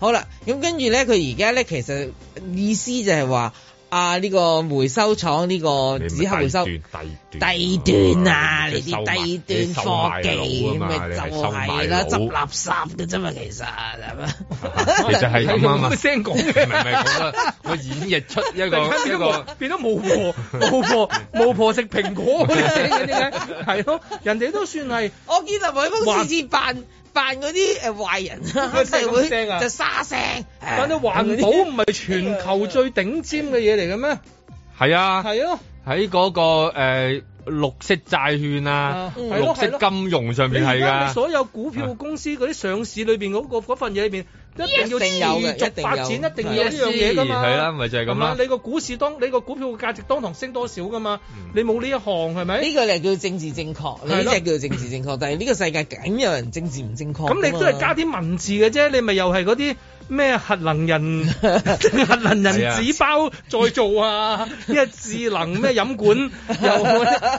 S3: 好啦，咁跟住咧，佢而家咧其實意思就係話啊，呢、個回收廠呢、個紙盒回收。
S2: 你咪低端
S3: 低端啊！呢啲低端科技咁咪就係啦，執垃圾嘅啫嘛，其實係咪？
S2: 其實係咁啊嘛，
S4: 咁嘅聲講
S2: 唔
S4: 嘅
S2: 係 唔係咁 啊，我演繹出一個
S4: 突然間
S2: 一
S4: 變咗
S2: 個
S4: 巫變咗巫婆，巫婆巫婆食蘋果嗰啲聲嘅點解？係咯，人哋都算係
S3: 我見林偉峰次次扮扮嗰啲誒壞人黑社會， 就沙聲。
S4: 但係環保唔係全球最頂尖嘅嘢嚟嘅咩？
S2: 係啊，
S4: 係咯，
S2: 喺嗰個誒綠色債券啊
S4: 啊、嗯係
S2: 綠
S4: 咯
S2: 色金融上
S4: 你
S2: 面係
S4: 而家你
S2: 㗎，
S4: 所有股票公司嗰啲上市裏邊嗰個嗰份嘢裏邊，一定要
S3: 一定有嘅
S4: 持續發展，
S3: 一定有
S4: 一定要有呢樣嘢㗎嘛。
S2: 係啦，咪就係
S4: 係
S2: 咁
S4: 嘛
S2: 啦？。
S4: 你個股市當你個股票嘅價值當堂升多少㗎嘛？你冇呢一項係咪？
S3: 呢個你係叫政治正確，你呢隻叫政治正確，但係呢個世界梗有人政治唔正確。
S4: 咁你都係加啲文字嘅啫，你咪又係嗰啲咩核能 人核能人紙包再造啊，咩智能咩飲管， 又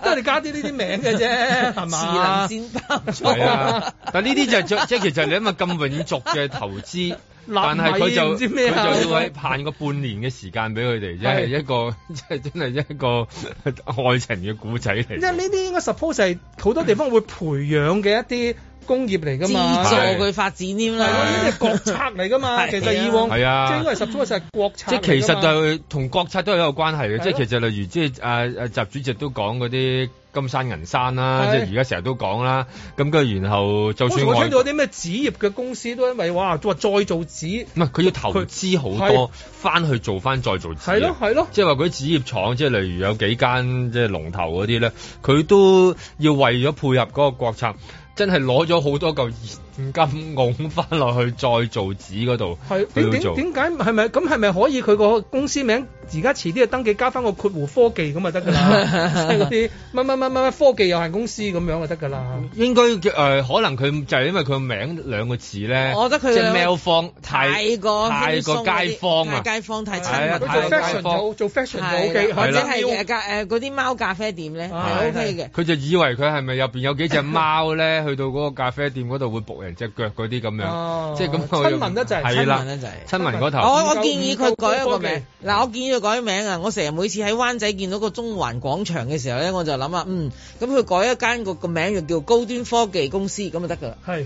S4: 都係你加啲呢啲名嘅啫，係嘛？
S3: 智能先包
S2: 係啊， 但呢啲就係著即係其實你諗下咁永續嘅投 資，但係佢
S4: 納米
S2: 就
S4: 唔知
S2: 佢
S4: 咩啊
S2: 就要喺限個半年嘅時間俾佢哋，即係一個 即係真係一個 愛情嘅古仔
S4: 因為
S2: 嚟。
S4: 呢啲應該 suppose 係好多地方會培養嘅一啲工業嚟㗎嘛，
S3: 資助佢發展添
S4: 係咯呢啲
S3: 啦
S4: 係。國策嚟㗎嘛，
S3: 係
S4: 其實以往
S2: 係啊
S4: 即係應該係 suppose 係國策
S2: 即
S4: 嚟
S2: 係
S4: 㗎嘛。
S2: 其實就同國策都有關係嘅，即
S4: 係咯
S2: 係其實例如即係啊啊習主席都講嗰啲金山銀山啦，
S4: 係
S2: 即係而家成日都講啦。咁跟住然後就算
S4: 我
S2: 外
S4: 聽到有啲咩紙業嘅公司都因為哇，話再做紙。
S2: 唔係佢要投資好多，翻去做翻再做紙業。
S4: 係咯係咯
S2: 即係話嗰啲紙業廠，即係例如有幾間即係龍頭嗰啲咧，佢都要為咗配合嗰個國策，真係攞咗好多嚿現金拱翻落去再做紙嗰度
S4: 係
S2: 去
S4: 點
S2: 到做
S4: 點。點解係咪咁係咪可以佢個公司名而家遲啲就登記加翻個括弧科技咁就得㗎啦， 即係嗰啲乜乜乜乜乜科技有限公司咁樣就得㗎啦。
S2: 應該誒、呃可能佢就係因為佢個名兩個字咧，
S3: 我覺得佢
S2: 即
S3: 兩
S2: 係
S3: 個
S2: mail 方太
S3: 太過
S2: 太過街坊啊，
S3: 街坊太
S2: 係啊
S3: 親密，
S2: 太
S4: 做 fashion
S2: 過
S4: 就做 fashion 就 OK，
S3: 或
S2: 係
S3: 者
S2: 啦啊
S3: 係誒咖誒嗰啲貓咖啡店咧係
S4: 係
S3: OK 嘅。
S2: 佢就以為佢係咪入邊有幾隻貓咧，去到嗰個咖啡店嗰度會仆人隻腳嗰啲咁樣，
S4: 哦
S2: 即係咁佢
S4: 親民得滯
S2: 係啦
S3: 親民得滯，
S2: 親民嗰頭。
S3: 我我
S4: 唔夠
S3: 建議佢改一個
S4: 唔夠科
S3: 名
S4: 技，
S3: 嗱我建議佢改名啊！我成日每次喺灣仔見到個中環廣場嘅時候咧，我就諗啊，嗯，咁佢改一間個個名就叫高端科技公司咁就得㗎啦。
S4: 係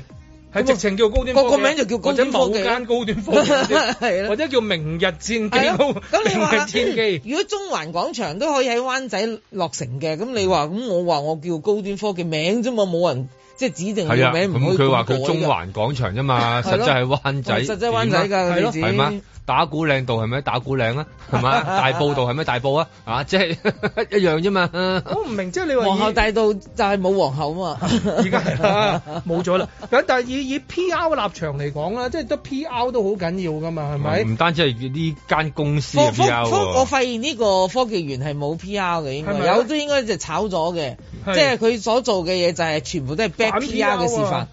S4: 係直情叫高端科技，
S3: 啊個個名就叫高端科技
S4: 或者某間高端 科技
S3: 係啦
S4: 先，或者叫明日戰機
S3: 係
S4: 高
S3: 咯，咁你 話啦嗯
S4: 明日 戰機。
S3: 如果中環廣場都可以喺灣仔落成嘅，咁你話咁我話我叫高端科技名啫嘛，冇人即係指定
S2: 係
S3: 叫
S2: 啊，
S3: 名唔可
S2: 咁
S3: 以
S2: 佢話
S3: 改
S2: 佢
S3: 㗎
S2: 中環廣場啫嘛，
S3: 係
S2: 實
S3: 咯
S2: 際係灣仔，
S3: 實際灣仔㗎
S2: 點啊
S3: 你知
S2: 係嘛？打鼓嶺道係咪打鼓嶺啊？係嘛？大埔道係咪大埔啊？啊，即係 一樣啫嘛。
S4: 我唔明，即係你話以
S3: 皇后大道就係冇皇后啊嘛，
S4: 而家係 啦，冇咗啦。咁但係以以 P.R. 嘅立場嚟講啦，即係得 P.R. 都好緊要噶嘛，係咪？
S2: 唔單止係呢間公司
S3: 科
S2: 啊嘅
S3: 科
S2: PR
S3: 科，我
S2: 喎，
S3: 發現呢個科技園係冇 P.R. 嘅，應該
S4: 係咪啊
S3: 有都應該就炒咗嘅，
S4: 係
S3: 即係佢所做嘅嘢就係全部都係 bad
S4: 反
S3: P.R. 嘅示範，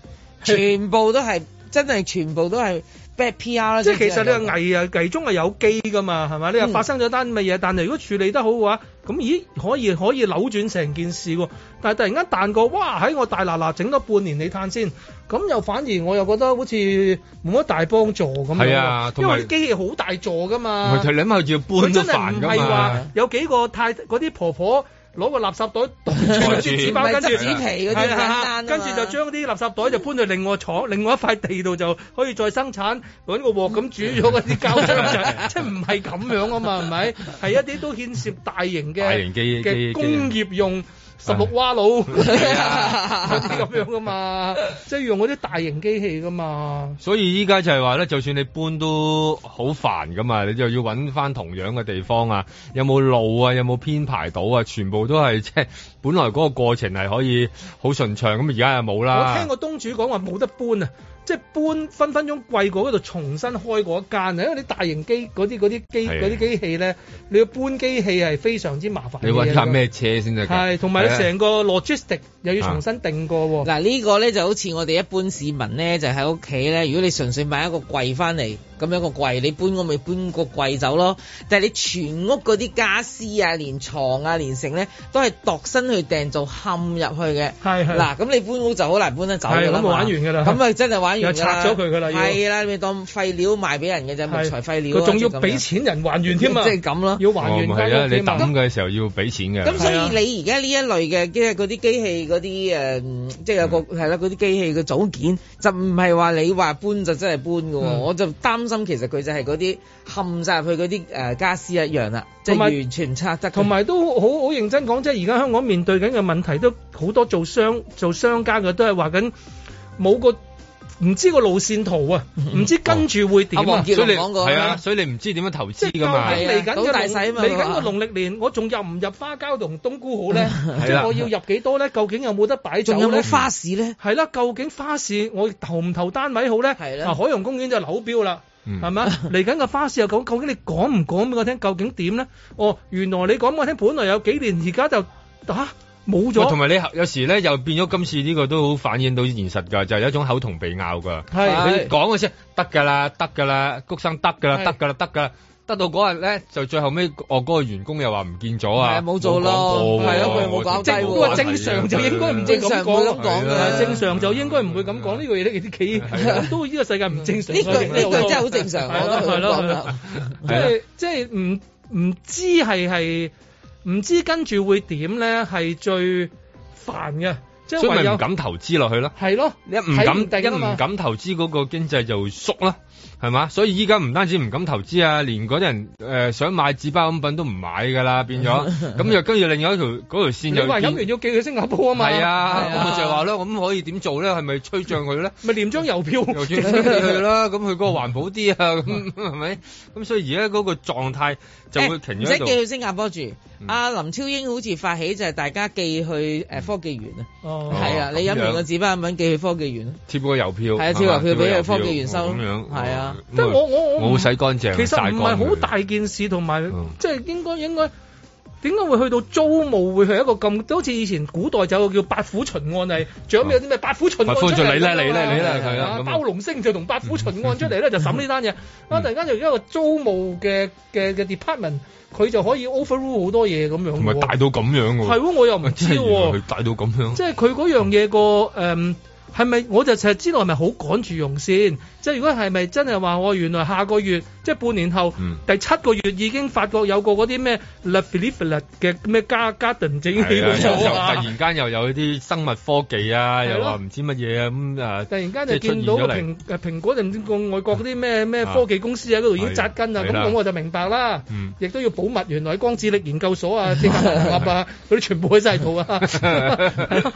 S3: 全部都係真係全部都係 bad P.R. 啦。
S4: 即係其實
S3: 只能
S4: 你
S3: 夠
S4: 個危啊危中係有機噶嘛，係咪？你又
S3: 嗯
S4: 發生咗單乜嘢，但係如果處理得好嘅話，咁咦可以可以扭轉成件事喎。但係突然間彈個，哇喺我大嗱嗱整多半年你嘆先，咁又反而我又覺得好似冇乜大幫助咁樣喎。
S2: 係啊同
S4: 因
S2: 埋
S4: 為機器好大座噶嘛。
S2: 佢你諗下要搬
S4: 佢
S2: 都
S4: 真係
S2: 煩
S4: 唔
S2: 㗎
S4: 係話
S2: 嘛。
S4: 有幾個太嗰啲婆婆攞個垃圾 袋袋住紙包，
S3: 唔係
S4: 跟住
S3: 執紙皮嗰啲
S4: 係啦
S3: 簡單啊嘛
S4: 跟住就將啲垃圾袋就搬去另外 廠、另外一塊地度就可以再生產，揾個鑊咁煮咗嗰啲膠 樽，即係唔係咁樣啊嘛？係咪？係一啲都牽涉大型
S2: 大
S4: 嘅
S2: 型機
S4: 嘅
S2: 機
S4: 工業用。十六蛙佬嗰
S2: 啊
S4: 啲咁樣噶嘛，即係用嗰啲大型機器噶嘛。
S2: 所以依家就係話咧，就算你搬都好煩噶嘛，你就要揾翻同樣嘅地方啊，有冇路啊，有冇編排到啊，全部都係即係本來嗰個過程係可以好順暢，咁而家又冇
S4: 我
S2: 啦
S4: 聽。過東主講話冇得搬啊，即係搬分分鐘貴過嗰度重新開過一間啊，因為你大型機嗰啲嗰啲機
S2: 係啊
S4: 嗰啲機器咧，你要搬機器係非常之麻煩嘅
S2: 你
S4: 嘢嚟㗎。
S2: 揾架咩車先得㗎？
S4: 係，同埋你
S2: 係啊啊
S4: 成個 logistic 又要重新定過喎。
S3: 嗱呢個咧就好似我哋一般市民咧，就喺屋企咧。如果你純粹買一個櫃翻嚟，咁樣個櫃你搬我咪搬個櫃走咯。但係你全屋嗰啲家私啊、連床啊、連成咧，都係度身去訂做冚入去嘅。
S4: 係係
S3: 嗱，咁你搬屋就好難搬得走㗎
S4: 係
S3: 啦
S4: 咁
S3: 嘛
S4: 就玩完㗎啦
S3: 咁啊真係玩完㗎啦
S4: 又拆咗佢㗎啦要
S3: 係啦，你當廢料賣俾人嘅啫，木材廢料啊。
S4: 佢仲要
S3: 即係咁樣
S4: 俾錢人還原添啊！
S3: 即係咁咯
S4: 要
S2: 哦
S4: 還原
S2: 唔
S4: 返
S2: 係啊，
S4: 屋
S2: 你
S4: 企嘛
S2: 抌嘅時候要俾錢嘅。
S3: 咁所
S4: 係啊
S3: 以你而家呢一類嘅即係嗰啲機器嗰啲誒，嗯即係有個係啦，嗰啲機器嘅組件就唔係話你話搬就真係搬嘅喎，
S4: 嗯
S3: 我就擔心其實佢就係嗰啲冚晒入去嗰啲誒家私一樣啦，
S4: 同
S3: 即係
S4: 埋
S3: 完全唔拆得嘅。
S4: 同埋都好好認真講，即係而家香港面對緊嘅問題都好多做商做商家嘅都係話緊冇個唔知個路線圖啊，唔知跟住會點
S3: 阿黃
S4: 啊。
S3: 傑
S2: 所以你
S3: 龍講過
S2: 係啊，所以你唔知點樣投
S4: 即
S2: 資
S4: 係
S2: 㗎
S3: 係
S2: 嘛。
S3: 啊
S4: 嚟緊
S3: 賭
S4: 嘅
S3: 大
S4: 農
S3: 細嘛
S4: 嚟緊
S3: 佢
S4: 個
S3: 話
S4: 農曆年，我仲入唔入花膠同冬菇 好咧？即
S2: 啦
S4: 係我要入幾多咧？究竟有冇得擺酒
S3: 仲
S4: 咧？
S3: 有冇花市咧？
S4: 係啦，究竟花市我投唔投單位好咧？
S3: 係啦
S4: 啊，海洋公園就樓標啦。
S2: 嗯
S4: 係咪？嚟緊嘅花市又講，究竟你講唔講俾我聽？究竟點咧？哦，原來你講俾我聽，本來有幾年，而家就嚇冇
S2: 喂同
S4: 咗。
S2: 埋你有時咧又變咗今次呢個都好反映到現實㗎，就係、有一種口同鼻拗㗎。
S4: 係
S2: 你講嗰先，得㗎啦，得㗎啦，谷生得㗎啦，
S4: 係
S2: 得㗎啦，得㗎啦。得到嗰日咧，就最後尾我嗰個員工又話唔見咗
S3: 係
S2: 啊，
S3: 啊冇做咯
S2: 冇講過喎
S4: 啊
S2: 啊
S3: 係咯佢冇搞低喎
S2: 我
S4: 不過正常就應該唔正
S3: 正
S4: 咁
S3: 常唔會咁
S4: 講，
S3: 講
S2: 嘅
S4: 係正常就應該唔會咁講呢個嘢。呢啲企業都呢個世界唔正常。
S3: 呢句呢句真係
S4: 係
S3: 好正常，我
S4: 咯
S3: 覺
S4: 係
S3: 得
S4: 咯係
S3: 佢講
S4: 咯
S3: 啦。。
S4: 即
S2: 係
S4: 係即係唔唔知係係唔知跟住會點咧，係最煩嘅。即係
S2: 所以
S4: 唯
S2: 咪
S4: 有
S2: 唔敢投資落去咯。
S4: 係咯，
S2: 一唔
S4: 睇唔
S2: 敢一
S4: 定啊
S2: 唔
S4: 嘛。
S2: 敢投資嗰個經濟就縮啦，係嘛？所以依家唔單止唔敢投資啊，連嗰啲人誒、呃想買紙包飲品都唔買㗎啦，變咗咁又跟住另外一條嗰條線
S4: 你
S2: 又
S4: 話飲
S2: 變
S4: 完要寄去新加坡啊嘛。
S2: 係啊，
S4: 係
S2: 咁咪就係話咯，咁可以點做咧？係咪吹漲佢 咧？
S4: 咪廉張郵票。
S2: 又轉飛去啦，咁佢嗰個環保啲啊，咁係咪？咁所以而家嗰個狀態就會停
S3: 誒唔
S2: 咗喺
S3: 使
S2: 度。
S3: 寄去新加坡住。阿林超英好似發起就係大家寄去誒科技園啊，
S4: 哦
S3: 係啊，
S2: 咁
S3: 你飲完
S2: 樣
S3: 個紙包飲品寄去科技園啊。
S2: 貼個郵票，
S3: 係啊貼
S2: 係嘛
S3: 郵票俾佢
S2: 貼個郵
S3: 科技員收
S2: 咁樣哦
S3: 係啊
S2: 咁
S4: 即係我我
S2: 我
S4: 唔
S2: 好洗乾淨，
S4: 其實唔係好
S2: 曬乾
S4: 大
S2: 佢
S4: 件事，同埋
S2: 嗯
S4: 即係應該應該點解會去到租務會係一個咁，好似以前古代就有個叫八虎巡案係，仲有有啲咩八虎巡案
S2: 八虎
S4: 出嚟
S2: 巡你啦
S4: 㗎嘛
S2: 你啦你啦係啦
S4: 啊
S2: 咁啊嗯
S4: 包龍星就同八虎巡案出嚟咧，就審呢單嘢。啊，突然間就有一個租務嘅嘅嘅 department，佢就可以 overrule 好多嘢咁樣
S2: 同埋
S4: 喎。
S2: 大到咁樣喎。
S4: 係喎，我又唔
S2: 即
S4: 知
S2: 係原來
S4: 喎
S2: 佢。大到咁樣。
S4: 即係佢嗰樣嘢個誒係咪？我就成日知道係咪好趕住用先？即係如果係咪真係話我原來下個月即係半年後、
S2: 嗯
S4: 第七個月已經發覺有個嗰啲咩 La f i l i p l 嘅咩加 garden 已經起
S2: 係
S4: 到
S2: 啊又
S4: 咗啊
S2: 又突然間又有啲生物科技啊，
S4: 係咯
S2: 又話唔知乜嘢啊咁啊，
S4: 突然間就
S2: 即係出
S4: 見到
S2: 現
S4: 個
S2: 咗嚟嗯
S4: 蘋誒蘋果定唔知個外國嗰啲咩咩科技公司喺嗰度已經扎根啊，
S2: 係
S4: 咁
S2: 啦
S4: 咁我就明白啦
S2: 嗯，
S4: 亦都要保密。原來光子力研究所啊、 啲鴨啊嗰啲全部喺晒度 啊。 係咯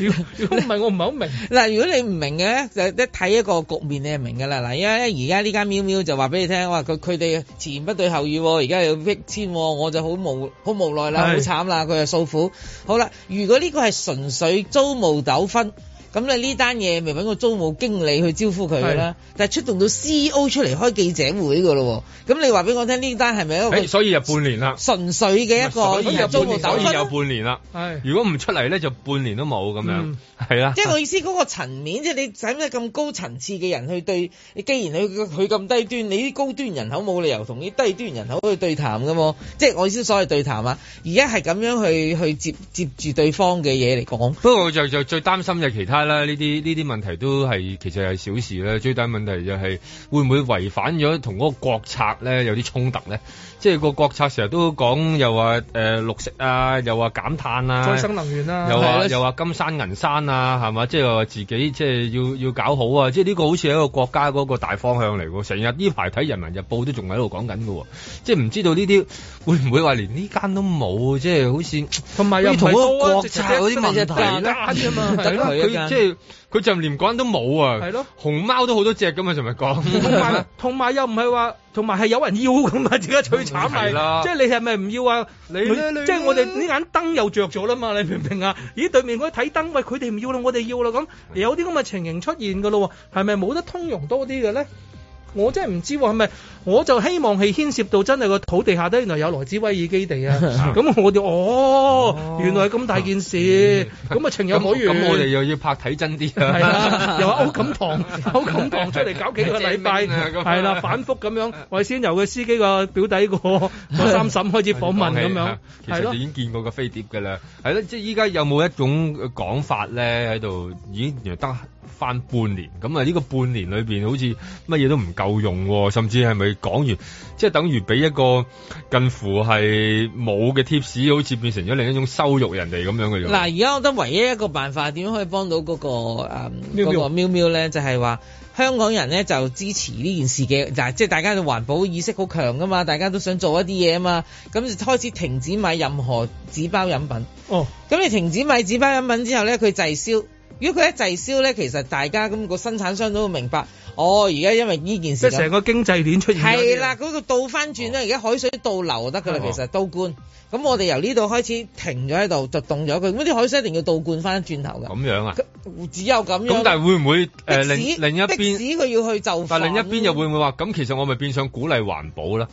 S4: 如果如果唔係我唔係好明。
S3: 嗱，如果你唔明嘅咧，就一睇一個局面你就明㗎啦。嗱，因為咧而家呢間喵喵就話俾你聽，啊，佢佢哋前不對後語喎，而家又逼遷喎，我就好無好無奈啦，好
S4: 係
S3: 慘啦，佢係訴苦。好啦，如果呢個係純粹租務糾紛，咁你呢單嘢咪揾個租務經理去招呼佢㗎啦。但係出動到 CEO 出嚟開記者會㗎咯喎，咁你話俾我聽呢單係咪一個
S2: 誒，所以就半年啦。
S3: 純粹嘅一
S2: 所
S3: 個
S2: 以有
S3: 租
S2: 半
S3: 務
S2: 年，
S3: 糾
S2: 所以
S3: 紛
S2: 有
S3: 咯？
S2: 半年啦。
S4: 係
S2: 如果唔出嚟咧，就半年都冇咁樣
S3: 嗯，
S2: 係 啦。
S3: 即係我意思嗰個層面，即係你使唔使咁高層次嘅人去對？你既然佢佢咁低端，你啲高端人口冇理由同啲低端人口去對談噶嘛？即係我意思所謂對談啊，而家係咁樣去去接接住對方嘅嘢嚟講。
S2: 不過我就就最擔心就係其他啦，呢啲呢啲問題都係其實係小事啦。最大問題就係會唔會違反咗同嗰個國策咧有啲衝突咧？即係個國策成日都講又話誒、呃、綠色啊，又話減碳啊，
S4: 再生能源啦
S2: 又
S4: 係啊
S2: 話
S4: 啦
S2: 又話金山銀山啊，係嘛？即係話自己即係要要搞好啊！即係呢個好似係一個國家嗰個大方向嚟喎。成日呢排睇《人民日報》都仲喺度講緊嘅喎，即係唔知道呢啲會唔會話連呢間都冇？即係好似
S4: 同埋又唔
S2: 同
S4: 係
S2: 嗰個
S4: 多啊
S2: 國
S4: 直
S2: 策
S4: 情
S2: 嗰
S4: 一間
S2: 啲問
S4: 得一
S2: 題咧，
S4: 間啫 嘛
S2: 係咯
S4: 係咯佢一
S2: 佢
S4: 間
S2: 即係佢就連個人都冇啊。
S4: 係咯，
S2: 熊貓都好多隻咁啊，尋日
S4: 同埋
S2: 講。
S4: 同埋又唔係話，同埋係有人要咁嘛，而家最慘
S2: 係
S4: 係，
S2: 啦
S4: 即係你係咪唔要啊？你
S2: 咧你
S4: 即係我哋呢眼燈又着咗啦嘛，你明唔明啊？咦，對面嗰啲睇燈，喂，佢哋唔要啦，我哋要啦，咁有啲咁嘅情形出現㗎咯喎，係咪冇得通融多啲嘅咧？我真係唔知喎，係咪？我就希望係牽涉到真係個土地下底原來有萊斯威爾基地啊！咁我哋哦，原來係咁大件事，咁啊情有可原。
S2: 咁我哋又要拍睇真啲啊！
S4: 係啦，又話歐錦棠，歐錦棠出嚟搞幾個禮拜，
S2: 正面啊咁
S4: 係啦，反覆咁樣，我哋先由佢司機個表弟個個三嬸開始訪問咁樣，
S2: 其
S4: 係
S2: 實
S4: 咯
S2: 就已。經見過個飛碟㗎啦。係咯，即係依家有冇一種呃講法咧喺度？已經原來得翻半年，咁啊呢個半年裏邊好似乜嘢都唔夠用喎，甚至係咪講完即係等於俾一個近乎係冇嘅 tips，好似變成咗另一種羞辱人哋咁樣嘅樣。
S3: 嗱，而家我覺得唯一一個辦法點樣可以幫到嗰、個嗯誒嗰、
S2: 喵喵
S3: 個喵喵咧，就係話香港人咧就支持呢件事嘅，嗱，即係大家嘅環保意識好強噶嘛，大家都想做一啲嘢啊嘛，咁就開始停止買任何紙包飲品。
S4: 哦，
S3: 咁你停止買紙包飲品之後咧，佢滯銷。如果佢一滯銷咧，其實大家咁、個生產商都會明白，哦，而家因為呢
S4: 即
S3: 件事
S4: 係成個經濟鏈出現咗啲嘢
S3: 係啦，嗰、個倒翻轉啦，而家海水倒流就啊得㗎啦，
S4: 哦
S3: 其實倒灌。咁我哋由呢度開始停咗喺度，就凍咗佢。咁啲海水一定要倒灌翻轉頭㗎。
S2: 咁樣啊？
S3: 只有咁樣。
S2: 咁但係會唔會誒、呃
S3: 的士
S2: 另另一邊
S3: 的士佢要去就
S2: 但另一邊又
S3: 會
S2: 會唔會話咁？其實我咪變相鼓勵環保啦。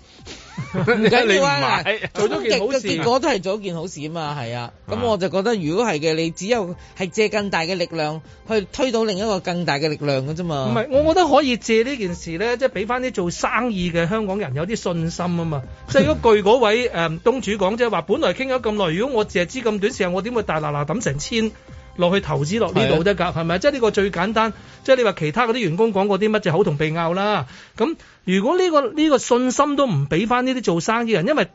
S3: 唔緊要啊
S2: 你
S3: 終
S2: 唔買，
S3: 極嘅結果都係做一件好事啊嘛，係啊。咁我就覺得如果係嘅，你只有係借更大嘅力量去推到另一個更大嘅力量嘅啫嘛。
S4: 唔係，我覺得可以借呢件事咧，即係俾翻啲做生意嘅香港人有啲信心啊嘛。即係如果據嗰位 誒、嗯、東主講，即係話本來傾咗咁耐，如果我淨係知咁短時間，我點會大嗱嗱抌成千落去投資落呢度得
S3: 啊
S4: 㗎？係咪？即係呢個最簡單。即係你話其他嗰啲員工講過啲乜就口同鼻拗啦。咁如果呢、個呢、個信心都唔俾翻呢啲做生意人，因為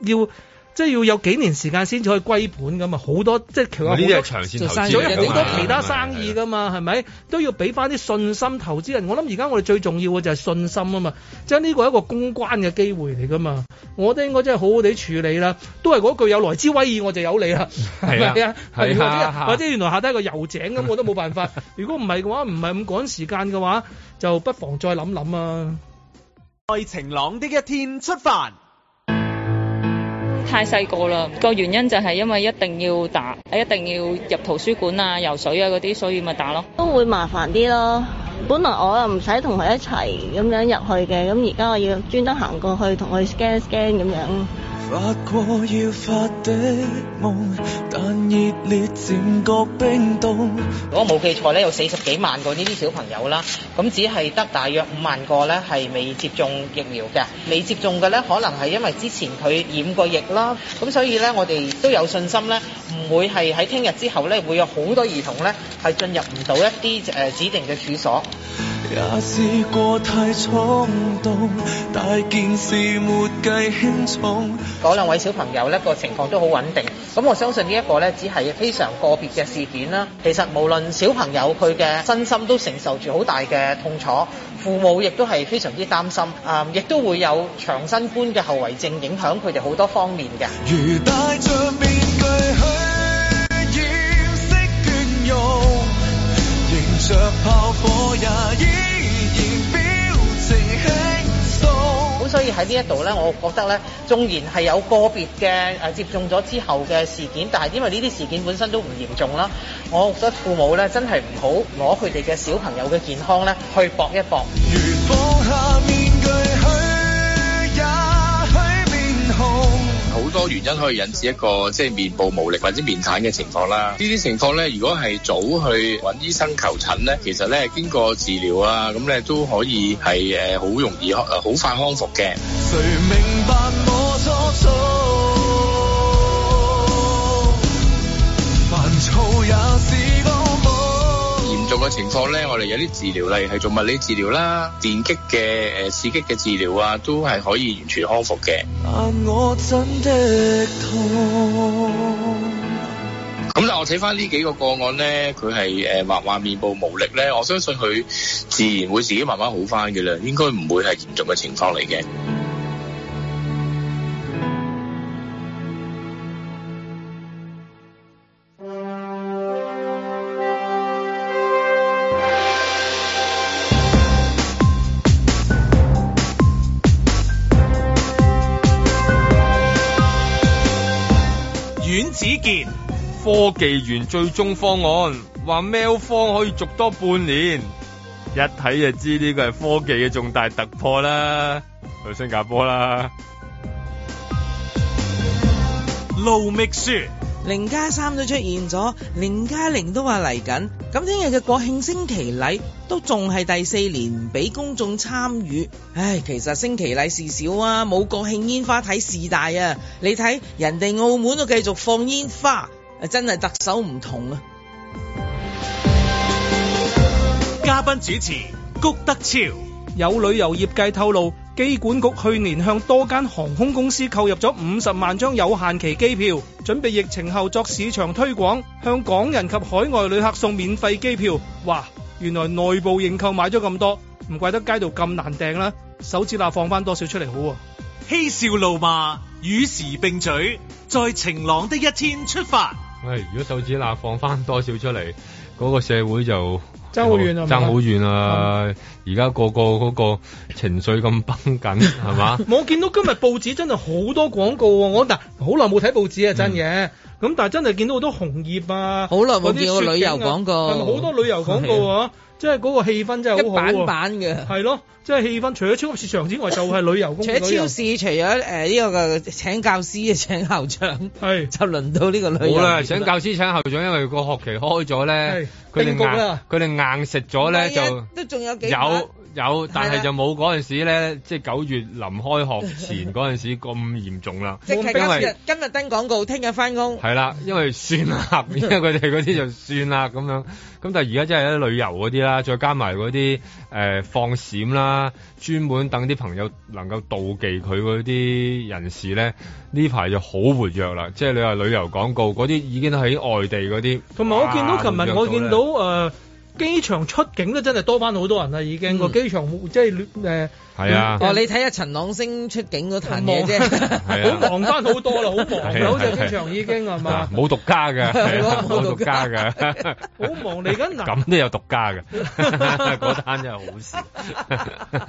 S4: 要。即係要有幾年時間先至可以歸本㗎嘛，好多即係其實
S2: 呢
S4: 好
S2: 啲
S4: 多
S2: 係長線投資
S4: 仲有
S2: 嚟㗎嘛
S4: 好多其他生意㗎嘛，係咪都要俾翻啲信心投資人？我諗而家我哋最重要嘅就係信心啊嘛，即係呢個係一個公關嘅機會嚟㗎嘛，我覺得應該真係好好地處理啦。都係嗰句有來之威爾我就有你啦，
S2: 係啊
S4: 咪啊，
S2: 係啊
S4: 如果啲人
S2: 嚇
S4: 或者原來下低係個油井咁，我都冇辦法。如果唔係嘅話，唔係咁趕時間嘅話，就不妨再諗諗啊。
S7: 在晴朗的一天出發。
S12: 太細個啦，個原因就係因為一定要打，一定要入圖書館啊、游水啊嗰啲，所以咪打咯。
S13: 都會麻煩啲咯。本來我又唔使同佢一齊咁樣入去嘅，咁而家我要專登行過去同佢 scan scan 咁樣。
S9: 發過要發的夢，但熱烈漸覺冰凍。
S14: 如果冇記錯咧，有四十幾萬個呢啲小朋友啦，咁只係得大約五萬個咧係未接種疫苗嘅，未接種嘅咧可能係因為之前佢染過疫啦，咁所以咧我哋都有信心咧，唔會係喺聽日之後咧會有好多兒童咧係進入唔到一啲誒指定嘅處所。
S9: 也試過太衝動，大件事沒計輕重。
S14: 嗰兩位小朋友呢個情況都好穩定，咁我相信呢一個呢，只係非常個別嘅事件啦。其實無論小朋友佢嘅身心都承受住好大嘅痛楚，父母亦都係非常之擔心，啊、亦都會有長新冠嘅後遺症影響佢哋好多方面嘅。
S9: 如戴着面具去掩飾倦容，迎着炮火也依然表情輕鬆。
S14: 咁所以喺呢一度咧，我覺得咧，縱然係有個別嘅呃誒接種咗之後嘅事件，但係因為呢啲事件本身都唔嚴重啦，我覺得父母咧真係唔好攞佢哋嘅小朋友嘅健康咧去搏一搏。
S9: 放下面具，許也許面紅。
S5: 好多原因可以引致一個即係面部無力或者面癱嘅情況啦。呢啲情況咧，如果係早去揾醫生求診咧，其實咧經過治療啊，咁咧都可以係誒好容易誒好快康復嘅。
S9: 誰明白我所做？煩躁也是個夢。
S5: 嚴重嘅情況咧，我哋有啲治療，例如係做物理治療啦、電擊嘅誒呃刺激嘅治療啊，都係可以完全康復嘅。
S9: 但我真的痛。
S5: 咁但係我睇翻呢幾個個案咧，佢係誒話話面部無力咧，我相信佢自然會自己慢慢好翻嘅啦，應該唔會係嚴重嘅情況嚟嘅。
S1: 阮子健、
S2: 科技園最終方案話 mail 方可以續多半年，一睇就知呢個係科技嘅重大突破啦，去新加坡啦。
S1: 路覓書。
S3: 零加三都出現咗，零加零都話嚟緊。咁聽日嘅國慶升旗禮都仲係第四年唔俾公眾參與。唉，其實升旗禮事少啊，冇國慶煙花睇事大啊！你睇人哋澳門都繼續放煙花，啊真係特首唔同啊！
S1: 嘉賓主持谷德超，
S15: 有旅遊業界透露，機管局去年向多間航空公司購入咗五十萬張有限期機票，準備疫情後作市場推廣，向港人及海外旅客送免費機票。哇！原來內部認購買咗咁多，唔怪得街道咁難訂啦。手指罅放翻多少出嚟好喎、
S1: 嬉笑怒罵，與時並舉，在晴朗的一天出發。
S2: 喂，如果手指罅放翻多少出嚟，嗰個社會就
S15: 爭好遠啊
S2: 爭好遠啊！而家個個嗰個情緒咁崩緊，係嘛？
S4: 我見到今日報紙真係好多廣告喎、我嗱好耐冇睇報紙啊，真
S15: 嗯
S4: 嘅。咁但係真係見到好多紅葉啊，
S3: 好耐
S4: 嗰
S3: 冇
S4: 啲
S3: 見過
S4: 雪
S3: 旅遊
S4: 景啊
S3: 廣告
S4: 係咪好多旅遊廣 告啊？即係嗰個氣氛真係好好、啊、
S3: 一版版嘅
S4: 係咯，即係氣氛。除咗超級市場之外，就係旅遊公
S3: 除咗超市，除咗誒呢個嘅呃請教師、啊請校長，
S4: 係
S3: 就輪到呢個旅遊
S2: 好
S3: 業
S2: 啦，
S3: 啦。
S2: 請教師請校長，因為個學期開咗咧，佢哋
S3: 定局
S2: 硬
S3: 啦
S2: 佢哋硬食咗咧
S3: 係啊
S2: 就。
S3: 都仲有幾晚
S2: 有有，但係就冇嗰陣時咧，即係九月臨開學前嗰陣時咁嚴重啦。
S3: 即係
S2: 因
S3: 今
S2: 為
S3: 日今日登廣告，聽日翻工。
S2: 係啦，因為算啦，因為佢哋嗰啲就算啦咁樣。咁但係而家真係啲旅遊嗰啲啦，再加埋嗰啲誒放閃啦，專門等啲朋友能夠妒忌佢嗰啲人士咧，呢排就好活躍啦。即係你話旅遊廣告嗰啲已經喺外地嗰啲，
S4: 同埋我見到
S2: 哇
S4: 琴
S2: 活躍
S4: 日
S2: 呢
S4: 我見到誒、呃、機場出境都真係多翻好多人啦，已經個、機場即係誒。呃
S2: 係啊，
S3: 哦，你睇下陳朗星出境嗰壇嘢啫，
S2: 係啊
S4: 忙翻好多啦，好忙
S2: 係啊
S4: 㗎，好似機場已經係嘛
S2: 啊，冇獨家嘅，係 啊
S4: 係咯
S2: 冇
S4: 冇獨
S2: 獨家嘅，
S4: 好忙嚟緊 嗱。
S2: 咁都有獨家 嘅，嗰單真係好事。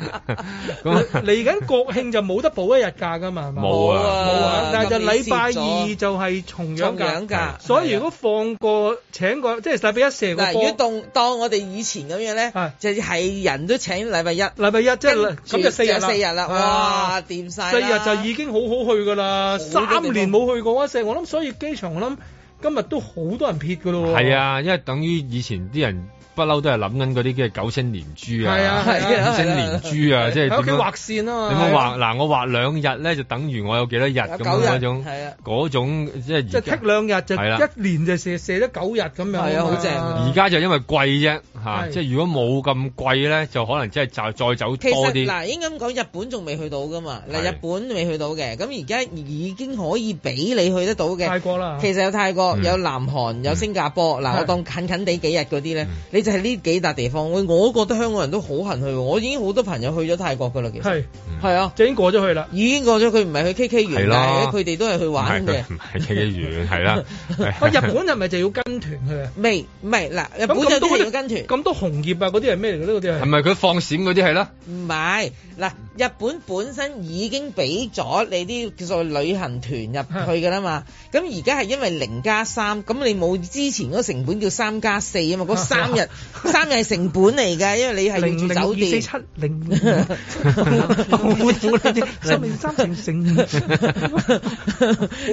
S2: 咁 啊
S4: 嚟緊國慶就冇得補一日假㗎嘛，係嘛
S2: 冇啊冇啊
S4: 但係就禮拜
S3: 今年
S4: 二就係重陽
S3: 重陽假
S4: 假，所以如果放過請過，即係禮拜一射個
S3: 嗱，如
S4: 波，
S3: 果當當我哋以前咁樣咧，就係人都請禮拜一，
S4: 禮拜一即係
S3: 跟住
S4: 咁就四日啦，啊
S3: 四日啦，哇，掂晒啦
S4: 四日就已經好好去㗎啦，
S3: 好多地方
S4: 三年冇去過一四，我諗所以機場我諗今日都好多人撇㗎咯喎。
S2: 係啊，因為等於以前啲人不嬲都係諗緊嗰啲嘅九星連珠
S4: 係
S2: 啊
S4: 啊係，啊
S2: 五星連珠啊，即係
S4: 喺屋企
S2: 點樣
S4: 畫線啊嘛，
S2: 你冇畫嗱，我畫兩日咧就等於我有幾多日咁
S4: 九日
S2: 樣嗰種
S4: 係啊，
S2: 嗰種即係
S4: 即
S2: 而
S4: 係
S2: 家
S4: 剔兩日就
S2: 係啦
S4: 一年就射射咗九日咁樣。
S3: 係啊好正
S2: 而家就因為貴啫嚇，
S3: 係
S2: 即係如果冇咁貴咧，就可能即係就再走
S3: 其
S2: 多
S3: 實
S2: 啲。
S3: 嗱，應該咁講，日本仲未去到噶嘛。嗱，
S2: 係
S3: 日本未去到嘅，咁而家已經可以俾你去得到嘅。
S4: 泰國啦
S3: 其實有泰國、
S4: 啊嗯嗯
S3: 有南韓、有新加坡。嗱，我
S4: 係
S3: 當近近地幾日嗰啲咧，你就係呢幾笪地方。喂，我覺得香港人都好恨去喎，我已經好多朋友去咗泰國㗎啦，其實
S4: 係
S3: 係啊，
S4: 就已經過咗去啦，
S3: 已經過咗，佢唔係去 K K
S2: 係
S3: 園，但
S2: 啦
S3: 係佢哋都係去玩嘅。哦
S2: 唔係幾遠，係啦。
S4: 啊，日本係咪就要跟團去啊？
S3: 未，唔係嗱，日本
S4: 咁
S3: 有
S4: 咁多
S3: 啲
S4: 嗰
S3: 係
S4: 啲
S3: 要跟團。
S4: 咁多紅葉啊，嗰啲係咩嚟嘅呢？嗰啲係
S2: 係咪佢放閃嗰啲係啦？
S3: 唔係嗱，日本本身已經俾咗你啲叫做旅行團入去㗎 啦嘛，咁而家係因為零加三，咁你冇之前嗰成本叫三加四啊 嘛，嗰三日三日係成本嚟㗎，因為你係要
S4: 零
S3: 住
S4: 零
S3: 酒
S4: 二四
S3: 店
S4: 七。零我三零三乘乘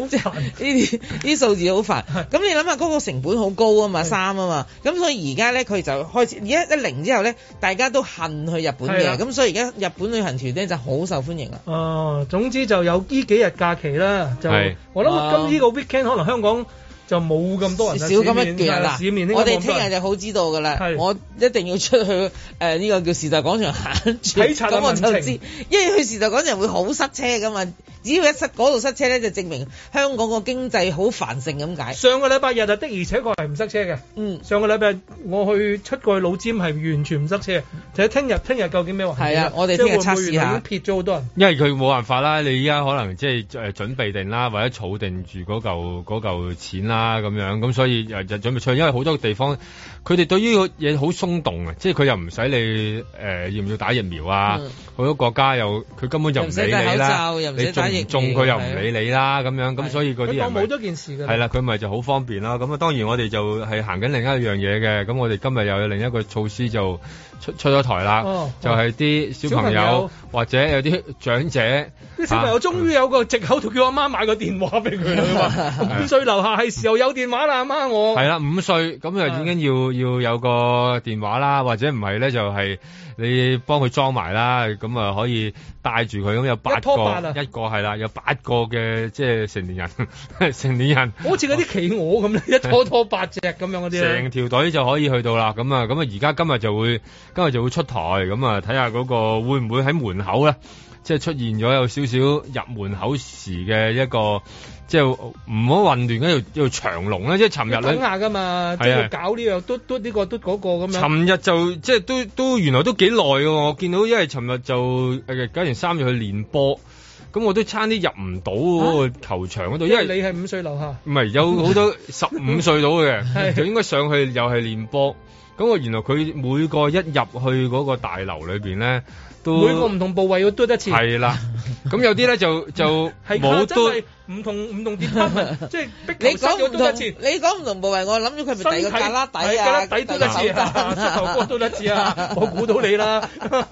S3: 即係呢啲呢啲數字好煩。咁你諗下嗰個成本好高啊嘛，三啊嘛，咁所以而家咧佢就開始，而家一零之後咧，大家都恨去日本
S4: 係啊
S3: 嘅，咁所以而家日本旅行團咧就好受歡迎啦。
S4: 哦，總之就有呢幾日假期啦，就
S3: 係
S4: 我
S3: 啊
S4: 諗今呢個 weekend 可能香港就冇咁多人啦
S3: 少咁一
S4: 市面啊
S3: 橛啦
S4: 市面，應該
S3: 我哋
S4: 冇咁
S3: 聽
S4: 多
S3: 日
S4: 人
S3: 就好知道㗎啦。我一定要出去呃誒呢、個叫時代廣場行住，
S4: 睇察下
S3: 咁我就
S4: 民
S3: 知
S4: 情，
S3: 因為去時代廣場會好塞車㗎嘛。只要一塞嗰度塞車咧，就證明香港個經濟好繁盛咁解。
S4: 上個禮拜日啊，的而且確係唔塞車嘅。
S3: 嗯，
S4: 上個禮拜我去出過去老尖係完全唔塞車，就係聽日聽日究竟咩話？
S3: 係啊我哋聽
S4: 即係會唔
S3: 日
S4: 會
S3: 測試
S4: 原來
S3: 下
S4: 已經撇咗好多人。
S2: 因為佢冇辦法啦，你依家可能即係誒準備定啦，或者儲定住嗰嚿嗰嚿錢啦咁樣，咁所以呃誒就準備出去，因為好多地方佢哋對於呢個嘢好鬆動啊，即係佢又唔使你誒、呃要唔要打疫苗啊，
S3: 嗯
S2: 好、多國家又佢根本就
S3: 又
S2: 唔
S3: 唔
S2: 理
S3: 使戴
S2: 你
S3: 口
S2: 啦
S3: 罩又，唔
S2: 你
S3: 使
S2: 中
S3: 打疫苗
S2: 唔中佢又唔
S3: 係啊
S2: 理你啦咁樣，咁所以嗰啲
S4: 佢
S2: 人
S4: 當
S2: 咪
S4: 冇咗件事㗎。
S2: 係啦，佢咪就好方便啦。咁啊，當然我哋就係行緊另一樣嘢嘅。咁我哋今日又有另一個措施就出出咗台啦，
S4: 哦
S2: 就係啲小朋友
S4: 小朋友
S2: 或者有啲長者，
S4: 啲小朋友
S2: 啊
S4: 終於有個藉口，就叫阿媽買個電話俾佢啦。佢話
S2: 係
S4: 五歲樓下係時候有電話啦，阿媽我。
S2: 係啦，五歲咁
S4: 啊
S2: 就已經要要有個電話啦，或者唔係咧就係你幫佢裝埋啦，咁啊可以帶住佢咁有八
S4: 拖八啊
S2: 個，一個係啦，有八個嘅即係成年人， 成年人。
S4: 好似嗰啲企鵝咁咧，一拖拖八隻咁樣嗰啲啊
S2: 成
S4: 咧。
S2: 條隊就可以去到啦，咁啊，咁啊，而家今日就會，今日就會出台，咁啊，睇下嗰個會唔會喺門口咧，即係出現咗有少少入門口時嘅一個，即係唔好混亂嗰條條長龍咧，即係尋日
S4: 等
S2: 咧，
S4: 下㗎嘛，即
S2: 係
S4: 係
S2: 啊
S4: 搞呢樣嘟嘟呢個嘟嗰個咁樣。
S2: 尋日就即係都都原來都幾耐喎，我見到因為尋日就誒九年三月去練波，咁我都差啲入唔到嗰個球場嗰度，因為
S4: 因為你啊係五歲樓下。
S2: 唔係有好多十五歲到嘅，
S4: 係
S2: 就應該上去又係練波。咁我原來佢每個一入去嗰個大樓裏邊咧，都
S4: 每個唔同部位要嘟一次。
S2: 係 啦。咁有啲咧就就
S4: 係
S2: 冇
S4: 㗎真
S2: 都
S4: 係唔同唔同 department，即係
S3: 你
S4: 壁球
S3: 講
S4: 室要
S3: 唔
S4: 嘟一
S3: 同，
S4: 次。
S3: 你講唔同部位，我諗咗佢咪第二個格拉底
S4: 係格
S3: 啊，
S4: 拉底都
S3: 第
S4: 得
S3: 二個
S4: 次啊，
S3: 手
S4: 足球
S3: 踭
S4: 波都得次 啊，我估到你啦，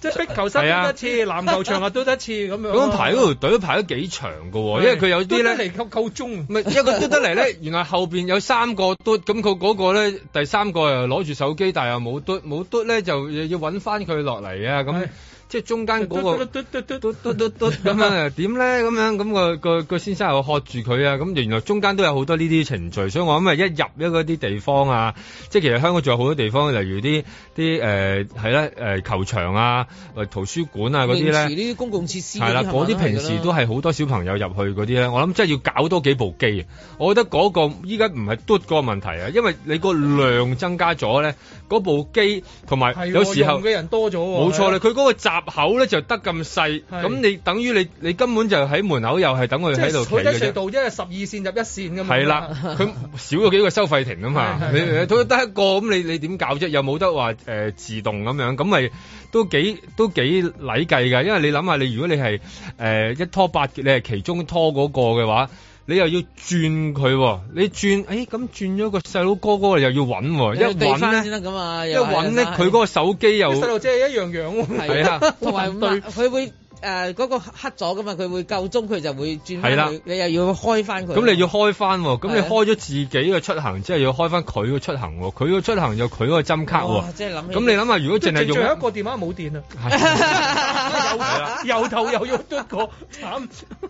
S4: 即係壁球室都得次，籃球場啊都得次咁樣。
S2: 咁排嗰條隊都排得幾長㗎喎，因為佢有
S4: 都
S2: 啲咧
S4: 得。嚟夠夠鐘，唔
S2: 唔係一個嘟得嚟咧， 原來後邊有三個嘟，咁佢嗰個咧第三個又攞住手機，但係又冇嘟，冇嘟咧就要揾翻佢落嚟啊！咁即係中間嗰、
S4: 嘟
S2: 個
S4: 嘟嘟
S2: 嘟嘟嘟嘟咁樣點咧？咁樣咁、個個個先生又喝住佢啊！咁原來中間都有好多呢啲程序，所以我諗啊，一入一嗰啲地方啊，即係其實香港仲有好多地方，例如啲啲誒係啦誒球場啊、誒圖書館啊嗰啲
S3: 泳池
S2: 咧。
S3: 呢啲公共設施
S2: 係啦，
S3: 慢
S2: 嗰
S3: 慢
S2: 啲平
S3: 嚟㗎
S2: 時
S3: 啦
S2: 都係好多小朋友入去嗰啲咧，我諗真係要搞多幾部機。我覺得嗰、個依家唔係嘟個問題啊，因為你個量增加咗咧，嗰部機同埋
S4: 係
S2: 有時候
S4: 用嘅人多咗喎。
S2: 冇錯啦，佢嗰個閘口咧就得咁細，
S4: 係
S2: 咁你等於你你根本就喺門口又係等佢
S4: 即
S2: 喺
S4: 係
S2: 度企
S4: 佢得
S2: 嘅
S4: 隧
S2: 啫。
S4: 道，因為十二線入一線㗎嘛。
S2: 係啦，佢少咗幾個收費亭啊嘛，
S4: 係係
S2: 你
S4: 係
S2: 都得一個咁，你你點搞啫？又冇得話誒、呃自動咁樣，咁咪都幾都幾禮計㗎。因為你諗下，你如果你係誒、呃一拖八，你係其中拖嗰個嘅話。你又要轉佢喎，你轉，誒、咁轉咗個細佬哥嗰個又要揾喎，
S3: 又要
S2: 一
S3: 對
S2: 揾
S3: 返
S2: 咧
S3: 先得㗎嘛，
S2: 一
S3: 又係啊
S2: 揾咧
S3: 真係
S2: 佢嗰個手機又
S4: 啲細路仔係一樣樣喎。
S2: 係啊
S3: 同埋 唔係佢會誒嗰、個黑咗㗎嘛，佢會夠鐘佢就會轉翻
S2: 係啦
S3: 佢，你又要開翻佢。
S2: 咁你要開翻喎，咁你
S3: 係啊
S2: 開咗自己嘅出行之後，要開翻佢嘅出行喎，佢嘅出行有佢嗰個針卡
S4: 哇
S2: 喎。
S3: 哦即係諗起
S2: 咁你諗下，如果淨 係
S4: 最後一
S2: 用
S4: 個電話冇電啊，由由頭又要嘟過，慘！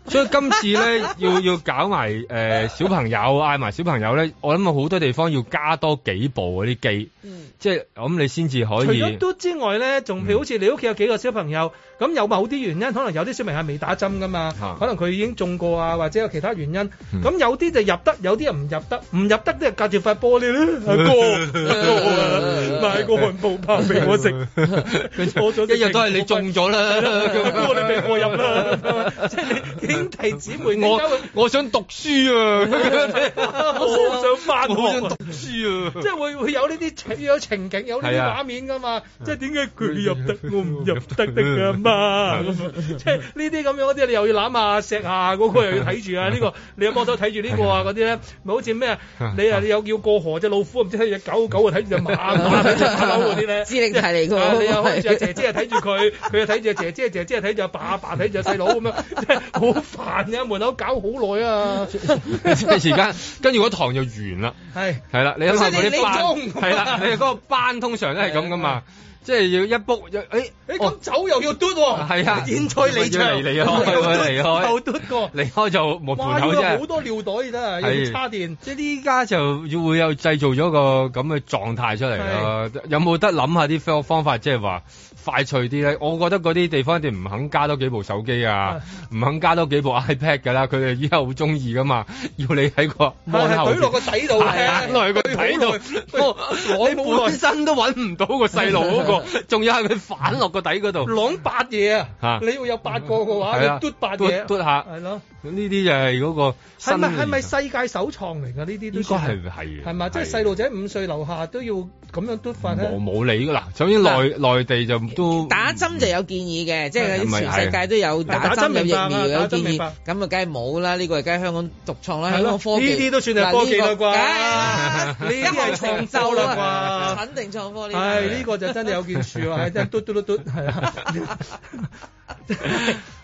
S2: 所以今次咧 要要搞埋誒、呃小朋友嗌埋小朋友咧，我諗好多地方要加多幾部嗰啲機，
S3: 嗯
S2: 即係我諗你先至可
S4: 除
S2: 以
S4: 咗。嘟之外咧，仲譬如好似你屋企有幾個小朋友，咁有某啲原因，可能有啲小朋友係未打針噶嘛，可能佢已經中過啊，或者有其他原因，咁、有啲就入得，有啲就唔入得，唔入得都係隔住塊 玻璃咧，阿哥，阿哥買個漢堡包俾我 食，我咗
S2: 一日都係你中咗啦，
S4: 阿哥你俾我入啦， 即係你 兄弟姊妹，
S2: 我我想讀書啊，
S4: 我想翻學，
S2: 我好想讀書啊，
S4: 即係會會有呢啲有情景，有呢啲
S2: 係啊
S4: 畫面噶嘛，即係點解佢入得我唔入得得㗎 嘛？咁啊樣即係呢啲咁樣嗰啲，你又要攬下錫下，嗰個又要睇住啊， 呢個你又幫手睇住呢個啊，嗰啲咧咪好似咩啊？你啊你有要過河只老虎，唔知睇只狗，狗啊睇住只 馬，馬睇住隻馬騮嗰啲咧，
S3: 智力題嚟㗎喎
S4: 啊你又可以隻姐姐啊睇住佢，佢又睇住姐姐，姐姐啊睇住阿爸，阿爸睇住阿細佬咁樣， 即係好煩嘅，門口搞好耐啊！
S2: 即係而家跟住嗰堂就完啦。
S4: 係
S2: 係啦，你諗下嗰啲班
S4: 所以你你中
S2: 係啦，你嗰個班通常都係咁噶嘛，即係要一 book 一誒
S4: 啊誒咁走又要嘟喎，
S2: 係 哦啊，
S4: 現在離場
S2: 要離 離開，要離開，
S4: 又嘟過。
S2: 離開就冇
S4: 哇！呢
S2: 盤口
S4: 個
S2: 啫
S4: 好。多尿袋真係，
S2: 係
S4: 要插電。即係
S2: 依家就要會有製造咗個咁嘅狀態出嚟咯。有冇得諗下啲方方法，即係話快脆啲咧？我覺得嗰啲地方一定唔肯加多幾部手機啊，唔肯加多幾部 iPad 㗎啦。佢哋以後好中意㗎嘛，要你喺個
S4: 係係
S2: 網後
S4: 懟落個底度
S2: 係啊
S4: 嘅
S2: 懟落去個底度。 我
S4: 你冇
S2: 我本身都揾唔到個細路嗰個， 仲要係佢反落個底 嗰度。
S4: 朗八嘢啊
S2: 嚇！
S4: 你要有八個嘅
S2: 係
S4: 話，
S2: 啊
S4: 你嘟八嘢，
S2: 嘟嘟下
S4: 係咯。
S2: 呢啲就係嗰個新
S4: 係咪係咪
S2: 年啊
S4: 世界首創嚟㗎？呢啲都
S2: 應該
S4: 算
S2: 係係
S4: 係嘛？即係細路仔五歲樓下都要咁樣嘟法咧
S2: 我。冇理㗎啦。首先內內地就都
S3: 打針就有建議
S4: 嗯
S3: 嘅，即係
S2: 係咪
S3: 全世界都有打
S4: 打針
S3: 針有
S4: 明
S3: 疫
S4: 白啊
S3: 苗有
S4: 打
S3: 建
S4: 針明
S3: 議，
S4: 白
S3: 咁啊梗係冇啦，呢個梗係香港獨創啦，
S4: 係
S3: 香
S4: 咯
S3: 港科技
S4: 呢啲都算係科技啦啩
S3: 呢
S4: 呢啲係創
S3: 就
S4: 收啦啩
S3: 肯定創科呢啲
S4: 唉，呢個就真係有件事喎，係真係嘟嘟嘟嘟，係 啊！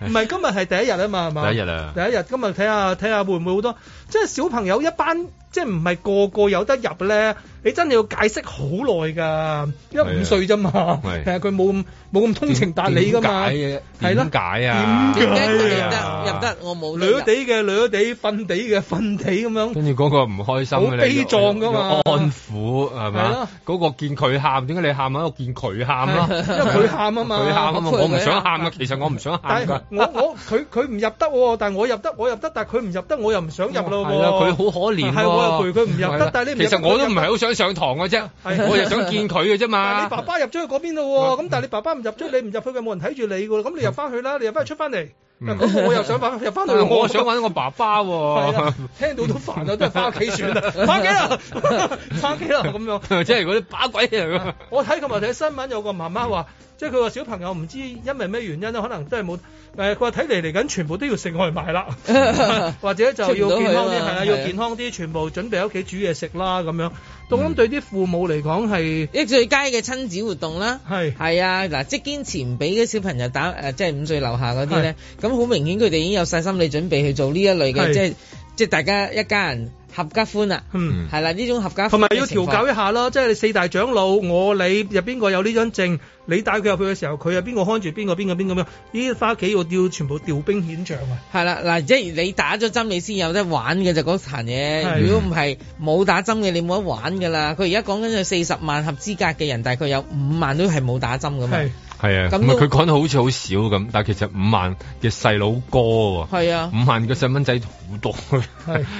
S4: 唔係今日係第一日啊嘛，係嘛？
S2: 第一日啊
S4: 第一日今日睇下睇下會唔會好多，即係小朋友一班，即係唔係個個有得入咧？你真係要解釋好耐㗎，因為五歲啫嘛，
S2: 係
S4: 係啊，佢冇咁冇咁通情達理㗎嘛，
S2: 點
S4: 係咯
S2: 點，解啊？
S4: 點解
S3: 佢哋
S4: 佢
S3: 得入得我冇得入
S4: 掠哎地嘅掠地，瞓地嘅瞓地咁 樣。
S2: 跟住嗰個唔開心嘅，啊
S4: 好悲
S2: 你就
S4: 壯㗎嘛
S2: 要安撫係
S4: 係咯
S2: 嘛？嗰個見佢喊，點解你喊啊？我見佢喊啦，
S4: 係因為佢喊啊嘛
S2: 佢喊啊嘛，
S4: 我陪佢
S2: 我唔想喊啊，其實我唔想
S4: 但
S2: 喊
S4: 係
S2: 㗎。
S4: 我我佢佢唔入得喎，但係我入得，我入得，但係佢唔入得，我又唔想入咯喎。
S2: 係啦，佢好可憐喎。
S4: 係我又陪佢唔入
S2: 係
S4: 得
S2: 啦，
S4: 但係你唔入
S2: 其
S4: 得
S2: 實我都唔係好想上堂嘅啫，
S4: 係啊
S2: 我就想見佢嘅
S4: 但係
S2: 啫嘛
S4: 你。爸爸入咗去嗰邊咯喎，咁但係你爸爸唔入咗，你唔入去嘅冇人睇住你㗎喎，咁你入翻去啦，你入翻去出翻嚟，
S2: 嗯
S4: 咁我又想 翻入翻去，
S2: 我想揾我爸 爸
S4: 係
S2: 喎
S4: 啦。聽到都煩啊，都係 翻屋企算啦，翻屋企啦， 翻屋企啦咁樣。
S2: 即係嗰啲把鬼嚟㗎。
S4: 我睇琴日睇新聞有個媽媽話，即係佢個小朋友唔知因為咩原因咧，可能真係冇誒，佢話睇嚟嚟緊全部都要食外賣 啦，或者就要健康啲，係啊，要健康啲，全部準備喺屋企煮嘢食啦咁樣。到咁對啲父母嚟講係
S3: 一最佳嘅親子活動啦，
S4: 係
S3: 係啊，嗱，即係堅持唔俾啲小朋友打誒、呃即係五歲樓下嗰啲咧，咁好明顯佢哋已經有晒心理準備去做呢一類
S4: 係
S3: 嘅，即係即係大家一家人合家歡啊，
S4: 嗯
S3: 係啦，呢種合家歡
S4: 同埋要
S3: 嘅情況
S4: 調教一下咯，即係你四大長老，我你入邊個有呢張證，你帶佢入去嘅時候，佢有邊個看住邊個邊個邊個咁樣，呢啲翻屋企要要全部調兵遣將啊！
S3: 係啦，嗱，即係你打咗針你先有得玩嘅就嗰壇嘢，
S4: 係
S3: 如果唔係冇打針嘅你冇得玩㗎啦。佢而家講緊有四十萬合資格嘅人，大概有五萬都係冇打針㗎嘛。
S2: 係啊，
S3: 咁
S2: 咁
S3: 都
S2: 啊佢講到好似好少咁，但係其實五萬嘅細佬哥喎，
S3: 係
S4: 嗯
S3: 啊
S2: 五萬嘅細蚊仔好多，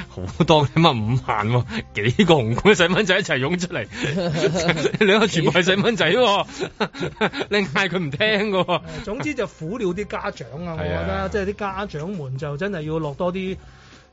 S2: 好多起碼五萬喎，幾個紅館嘅細蚊仔一齊湧出嚟， 兩個全部係細蚊仔喎，你嗌佢唔聽㗎喎，
S4: 總之就苦了啲家長啊，我
S2: 係
S4: 覺得
S2: 啊
S4: 即係啲家長們就真係要落多啲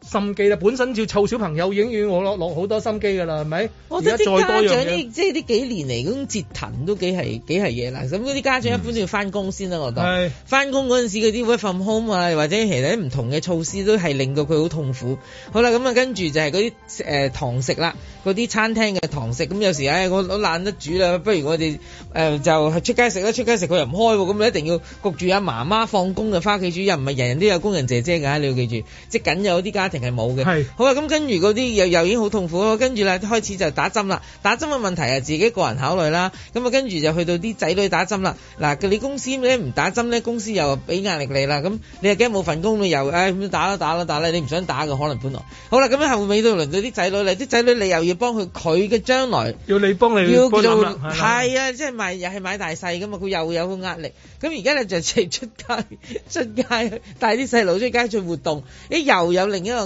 S4: 心機啦。本身要湊小朋友已經要我落落好多心機㗎啦，係咪？
S3: 我
S4: 而
S3: 覺
S4: 家
S3: 得
S4: 再多
S3: 啲家
S4: 樣
S3: 長
S4: 嘢
S3: 呢，即係呢幾年嚟嗰種折騰都幾係幾係嘢啦。咁嗰啲家長一般都要翻工先啦，我覺
S4: 係
S3: 得。翻工嗰陣時嗰啲 work from home 啊，或者其實唔同嘅措施都係令到佢好痛苦。好啦，咁啊跟住就係嗰啲誒堂食啦，嗰啲餐廳嘅堂食。咁有時唉、我我懶得煮啦，不如我哋誒、呃就係出街食啦。出街食佢又唔開喎，咁你一定啊要焗住阿媽媽放工就翻屋企煮，又唔係人人都有工人姐姐㗎，你要記住。即係緊有啲家家庭係冇嘅。好啊，咁跟住嗰啲又又已經好痛苦咯。跟住咧開始就打針啦，打針啊嘅問題係自己個人考慮啦。咁啊，跟住就去到啲仔女打針啦。嗱，你公司咧唔打針咧，公司又俾壓力你啦。咁你又驚冇份工，你又唉咁打啦打啦打啦，你唔想打嘅可能本來。好啦，咁啊樣後尾到輪到啲仔女嚟，啲仔女你又要幫佢佢嘅將來。
S4: 要你幫你
S3: 要
S4: 幫
S3: 做
S4: 諗啦係啦
S3: 係啊，即係買又係買大細噶嘛，佢又有個壓力。咁而家咧就直出 街出街帶啲細路出街做活動，咦又有另一個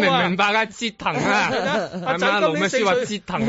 S2: 明唔明
S4: 白？
S2: 白啊？折 騰啊，
S4: 阿仔
S2: 係咪啊？
S4: 今
S2: 盧
S4: 年
S2: 美
S4: 四
S2: 思話
S4: 歲
S2: 折騰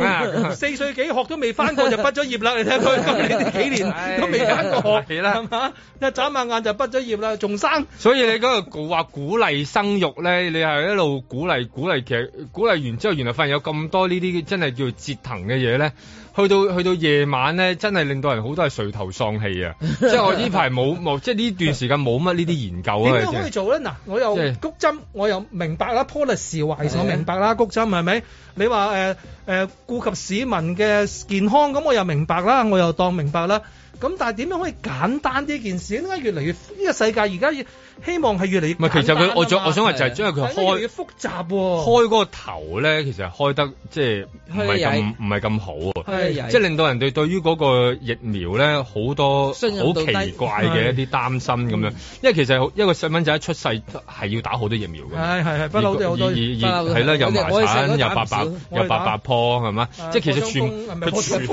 S2: 啊。
S4: 四歲幾學都未翻過就畢咗 業啦！你睇佢咁你呢幾年都未翻過學，係嘛？一眨下眼就畢咗業啦，仲生。
S2: 所以你嗰個話鼓勵生育咧，你係一路鼓勵鼓勵，其實鼓勵完之後，原來發現有咁多呢啲真係叫做折騰嘅嘢咧。去到去到夜晚咧，真係令到人好多係垂頭喪氣 啊！即係我呢排冇冇，即係呢段時間冇乜呢啲研究啊。
S4: 點解可以做咧？嗱，我又
S2: 即係
S4: 谷針，我又明白啦，policy wise 我明白啦，谷針係咪？你話誒誒顧及市民嘅健康，咁我又明白啦，我又當明白啦。咁但係點樣可以簡單啲件事？點解越嚟越呢個世界而家越希望係越嚟越
S2: 唔係其實
S4: 簡
S2: 佢
S4: 單啊
S2: 我想
S4: 嘛
S2: 我想話就係將佢
S4: 但
S2: 開
S4: 越嚟越複雜喎。
S2: 開嗰個頭咧，其實開得即係唔
S4: 哦
S2: 係
S4: 開得曳
S2: 咁唔係咁好
S3: 哎
S2: 啊
S4: 開得曳，
S2: 即係令到人哋對於嗰個疫苗咧好多好
S4: 信任度低嗯
S2: 奇怪嘅一啲擔心咁樣，因為其實一個細蚊仔一出世係要打好多疫苗㗎嘛，
S4: 係係係不嬲都有好多
S2: 而而
S4: 不嬲
S2: 而係啦，又
S4: 我哋我哋
S2: 麻
S4: 成日都
S2: 疹，又
S4: 打
S2: 白
S4: 唔少
S2: 白，又
S4: 我哋
S2: 白
S4: 打
S2: 白破係嘛，
S4: 啊
S2: 即係其實全
S4: 咪
S2: 佢全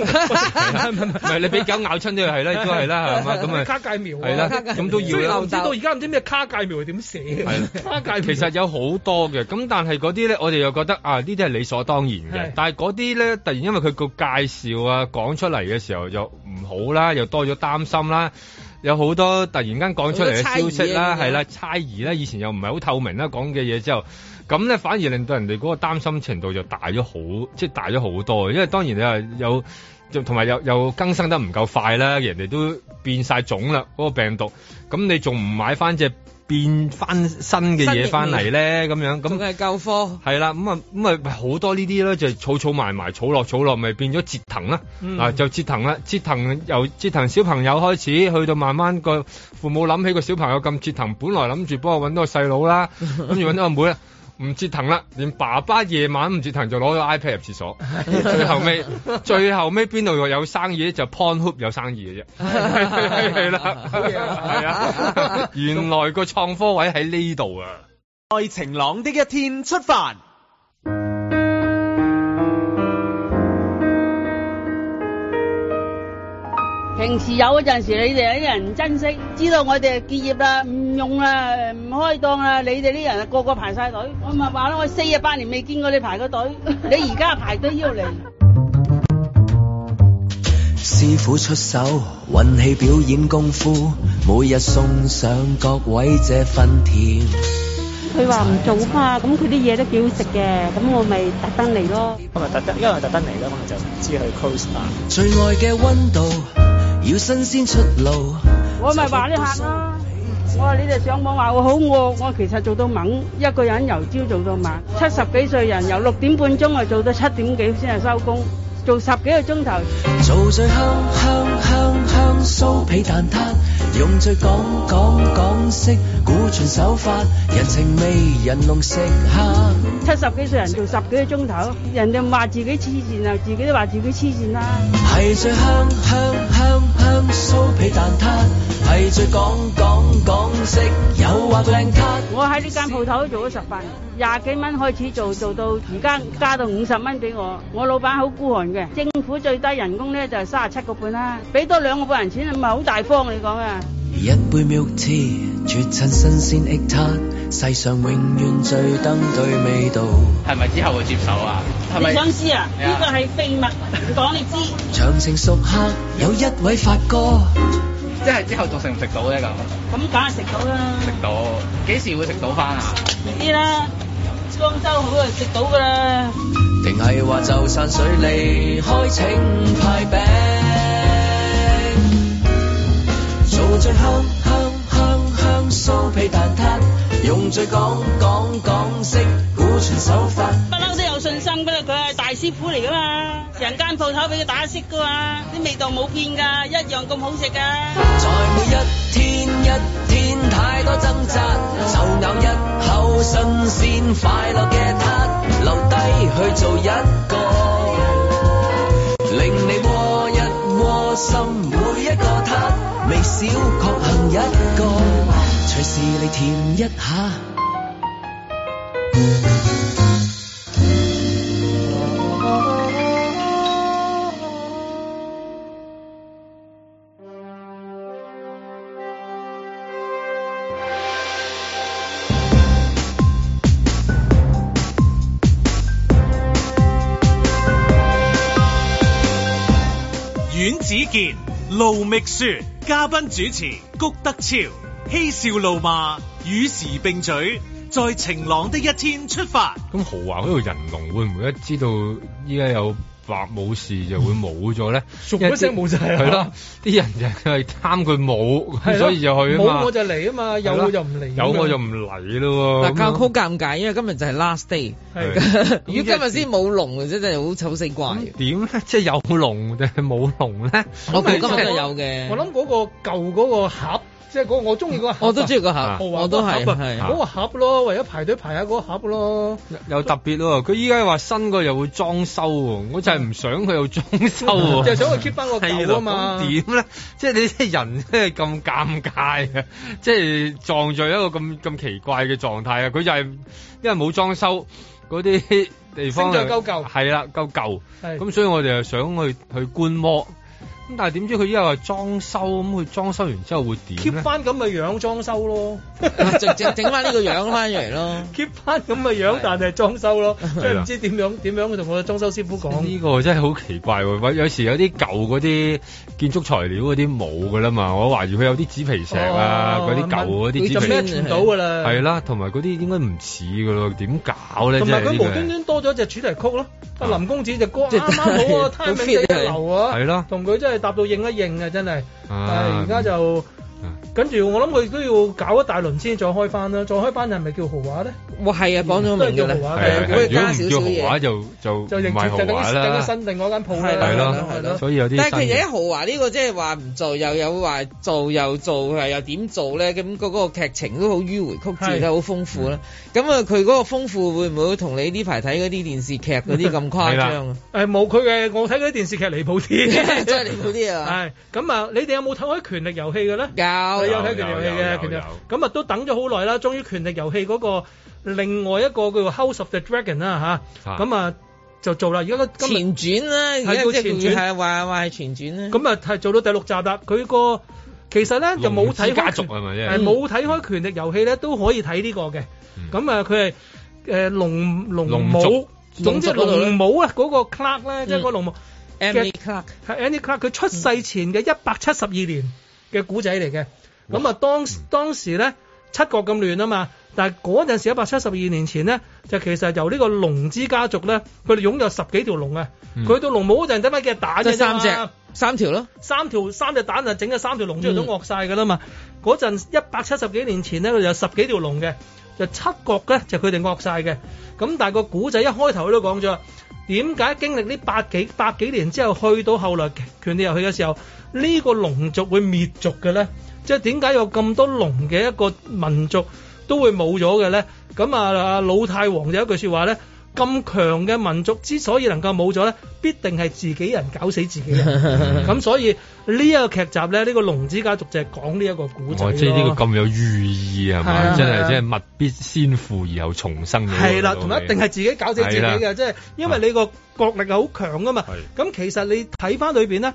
S2: 唔係你俾狗咬 親都係啦，都係啦係嘛， 咁啊
S4: 卡介苗啊
S2: 係啦
S4: 卡介苗
S2: 咁都要啦
S4: 雖然我唔知道而家唔知咩卡介苗係點寫啊嘅
S2: 係啦
S4: 卡介苗
S2: 其實有好多嘅，咁但係嗰啲咧，我哋又覺得啊，呢啲係理所當然嘅
S4: 係。
S2: 但係嗰啲咧，突然因為佢個介紹啊講出嚟嘅時候又唔好啦，又多咗擔心啦。有好多突然間講出嚟嘅消息
S4: 好多猜疑啊
S2: 啦，係啦，猜疑啦，以前又唔係好透明啦，講嘅嘢之後，咁咧反而令到人哋嗰個擔心程度就大咗好，即係大咗好多。因為當然你話有就同埋又又更生得唔夠快啦，人哋都變晒種啦，嗰、個病毒，咁你仲唔買翻隻變翻新嘅嘢翻嚟咧？咁樣咁
S3: 係舊科。
S2: 係啦，咁啊咁啊好多呢啲咧，就係儲儲埋埋，儲落儲落，咪變咗折騰啦。
S4: 嗯
S2: 啊，就折騰啦，折騰由折騰小朋友開始，去到慢慢個父母諗起個小朋友咁折騰，本來諗住幫我揾到個細佬啦，諗住揾到個妹啦。唔折騰啦，連爸爸夜晚唔折騰就攞咗 iPad 入廁所，最後尾最後尾邊度有生意就 PornHub 有生意嘅啫，係啦，係啊，原來個創科位喺呢度啊。
S7: 在晴朗的一天出發。
S16: 平時有嗰陣時，你哋啲人唔珍惜，知道我哋結業啦，唔用啦，唔開檔啦，你哋啲人個個排晒隊，我咪話咯，我四啊八年未見過你排個隊，你而家排隊要嚟。
S17: 師傅出手，運氣表演功夫，每日送上各位這份甜。
S18: 佢話唔做嘛，咁佢啲嘢都幾好食嘅，咁我咪特登嚟咯。
S19: 我咪特登，因為我特登嚟啦，我就唔知佢 close 啦。
S17: 最愛嘅溫度，要新鮮出爐。
S16: 我咪話啲客啦，我話你哋上網話我好餓，我其實做到猛，一個人由朝做到晚，七十幾歲人由六點半鐘啊做到七點幾先係收工，做十幾個鐘頭。
S17: 做最香香香香酥皮蛋撻，用最港港港式古傳手法，人情味人龍食客。
S16: 七十幾歲人做十幾個鐘頭，人哋話自己黐線啊，自己都話自己黐啊線啦。
S17: 係最香香香香酥皮蛋撻，係最港港港式誘惑靚撻。
S16: 我喺呢間鋪頭做咗十八年，廿幾蚊開始做，做到而家加到五十蚊俾我。我老闆好孤寒嘅，政府最低人工咧就係三十七個半啦，俾多兩個半人錢，咪好大方你講啊！
S17: 一杯 milk tea，啜親新鮮液撻，世上永遠最登對味道。
S19: 係咪之後會接手啊？係咪
S16: 你想知啊？
S19: 係啊
S16: 呢個係秘密，唔講你知。
S17: 長城熟客有一位發哥，
S19: 即係之後仲食唔食到咧咁？
S16: 咁梗係食到啦，
S19: 食到幾時會食到翻啊？
S16: 呢啲啦，裝修好啊，食到㗎啦。
S17: 定係話就散水離開請派餅，做最香香香香酥皮蛋撻，用最港港港式古傳手法。
S16: 不嬲都有信心㗎啦，佢係大師傅嚟㗎嘛，人間鋪頭俾佢打色㗎嘛，啲味道冇變㗎，一樣咁好食㗎。
S17: 在每一天一天太多掙扎，就咬一口新鮮快樂嘅撻，留低去做一個，令你窩一窩心每一個撻，微小確幸一個，隨時嚟甜一下。
S1: 阮子健、盧覓雪，嘉賓主持谷德超，嬉笑怒罵，與時並舉，在晴朗的一天出發。
S2: 咁豪華嗰度人龍會唔會一知道依家有白武士就會冇咗咧？
S4: 熟一聲冇晒啊啦
S2: 係咯，啲人就係貪 佢冇，所以就去啊嘛
S4: 冇我。就嚟啊嘛，有
S2: 係啦
S4: 我就唔嚟。
S2: 有我就唔嚟咯喎。
S3: 嗱，教曲尷尬，因為今日就係 last day。
S2: 係
S3: 如果今日先冇龍，真係好醜死怪。
S2: 點咧？即係有龍定係冇龍 咧？
S3: 我估今日都有嘅
S4: 我諗嗰個舊嗰個盒，即係嗰個我中意嗰個盒啊。
S3: 我都中意個盒
S4: 豪華嗰個
S3: 我都係
S4: 盒啊
S3: 係
S4: 嗰個盒咯，為咗排隊排下嗰個盒咯。
S2: 有特別咯，佢依家話新個又會裝修喎，我就係唔想佢又裝修喎，
S4: 就係想佢 keep 返個舊啊嘛
S2: 哦係啦咁點咧？ 即係你啲人真係咁尷尬嘅，即係撞在一個咁咁奇怪嘅狀態啊！佢就係因為冇裝修嗰啲地方
S4: 升咗夠舊
S2: 係啦，夠舊，
S4: 係
S2: 咁所以我哋又想去去觀摩。咁但係點知佢依家話裝修，咁佢裝修完之後會點
S4: keep
S2: 咧？
S4: 翻咁嘅樣裝修咯，
S2: 整整整返呢個樣返嚟
S3: 咯
S4: ，keep 翻咁嘅樣，但係裝修咯，即
S2: 係
S4: 係
S2: 啦
S4: 唔知點樣點樣同我裝修師傅講。
S2: 呢個真係好奇怪喎！喂有時有啲舊嗰啲建築材料嗰啲冇噶啦嘛，我懷疑佢有啲紙皮石啊，
S4: 哦
S2: 嗰啲舊嗰啲紙
S4: 佢就
S2: 皮
S4: 咩全到㗎啦
S2: 係啦，同埋嗰啲應該唔似噶咯，點搞咧？
S4: 同埋
S2: 真係
S4: 佢
S2: 呢
S4: 無
S2: 個
S4: 端端多咗隻主題曲咯，阿林公子隻歌
S2: 即
S4: 啱
S2: 係
S4: 啱好啊
S2: 都
S4: ，timing
S2: 係
S4: 真係一流啊，
S2: 係咯
S4: 同佢真係搭到應一應啊，真係。
S2: 啊
S4: 但係而家就
S2: 啊
S4: 跟住我諗佢都要搞一大輪先再開翻啦，再開翻係咪叫豪華咧？
S3: 哇，係啊，講咗明㗎啦
S4: 都係叫豪華
S2: 係啊
S4: 嘅
S2: 係啊
S4: 加少
S2: 如
S4: 少
S2: 果唔
S4: 嘢
S2: 叫豪華就就
S4: 就
S2: 唔
S4: 認住就
S2: 係豪
S4: 等
S2: 華
S4: 於等於
S2: 啦，
S4: 新定嗰間鋪啦，
S2: 係咯
S4: 係咯，
S2: 所以有啲
S3: 但係其
S2: 新
S3: 實
S2: 嘅
S3: 喺豪華呢個即係話唔做又有話做又做係又點做咧？咁嗰個劇情都好迂迴曲折
S4: 係
S3: 啦，好豐富啦。咁啊，佢嗰個豐富會唔會同你呢排睇嗰啲電視劇嗰啲咁誇張啊？
S4: 誒冇佢嘅，我睇嗰啲電視劇離 譜啲，
S3: 真係離譜啲
S4: 係
S3: 啊
S4: 咁啊，你哋有冇睇開《權力遊戲》嘅咧？
S3: 有
S4: 有睇《權力遊戲》
S2: 有有
S4: 嘅，權力
S2: 有
S4: 咁啊都等咗好耐啦，終於《權力遊戲》嗰個另外一個叫做《House of the Dragon》啦吓，
S3: 啊
S4: 咁啊就做啦，而家今日
S3: 前傳啦，而
S4: 係
S3: 家
S4: 叫
S3: 即
S4: 啊前
S3: 係
S4: 傳
S3: 係話話係前傳啦。
S4: 咁啊係做到第六集啦，佢個其實咧就冇睇開
S2: 龍之家族
S4: 權
S2: 係咪啫
S4: 係冇睇開《權力遊戲》咧都可以睇呢個嘅，咁啊佢係誒龍龍
S2: 龍
S4: 母
S2: 族，
S4: 總之
S3: 龍族嗰度呢
S4: 龍母啊嗰個 Clark 咧，即係
S3: 嗯
S4: 嗰個龍母。
S3: Emily Clark
S4: 係 Annie Clark，佢出世前嘅一百七十二年嘅古仔嚟嘅。咁啊，當當時咧七國咁亂啊嘛，但係嗰陣時一百七十二年前咧，就其實由呢個龍之家族咧，佢哋擁有十幾條龍啊。
S3: 嗯
S4: 佢到龍母嗰陣得翻幾隻蛋
S3: 即
S4: 嘅
S3: 係
S4: 啫
S3: 三
S4: 啊嘛
S3: 隻，三條咯。
S4: 三條三隻蛋啊，整咗三條龍出嚟都惡晒㗎啦嘛。嗰陣一百七十幾年前咧，佢哋有十幾條龍嘅，就七國咧就佢哋惡晒嘅。咁但係個古仔一開頭佢都講咗啦，點解經歷呢百幾百幾年之後，去到後來權力遊戲嘅時候，呢、個龍族會滅族嘅咧？即係點解有咁多龍嘅一個民族都會冇咗嘅咧？咁啊，啊老太王有一句説話咧。咁強嘅民族之所以能夠冇咗咧，必定係自己人搞死自己 人。咁所以呢一個劇集咧，呢、個龍之家族就係講呢一個古仔
S2: 我哦即係呢個
S4: 咯。
S2: 咁有寓意係
S4: 係啊
S2: 嘛？真
S4: 係啊
S2: 係真係物必先腐而後重生嘅
S4: 係啦，
S2: 嗰個
S4: 同埋一定係自己搞死自己
S2: 係啦
S4: 嘅，即係因為你個國力係好強噶嘛。咁其實你睇翻裏邊咧，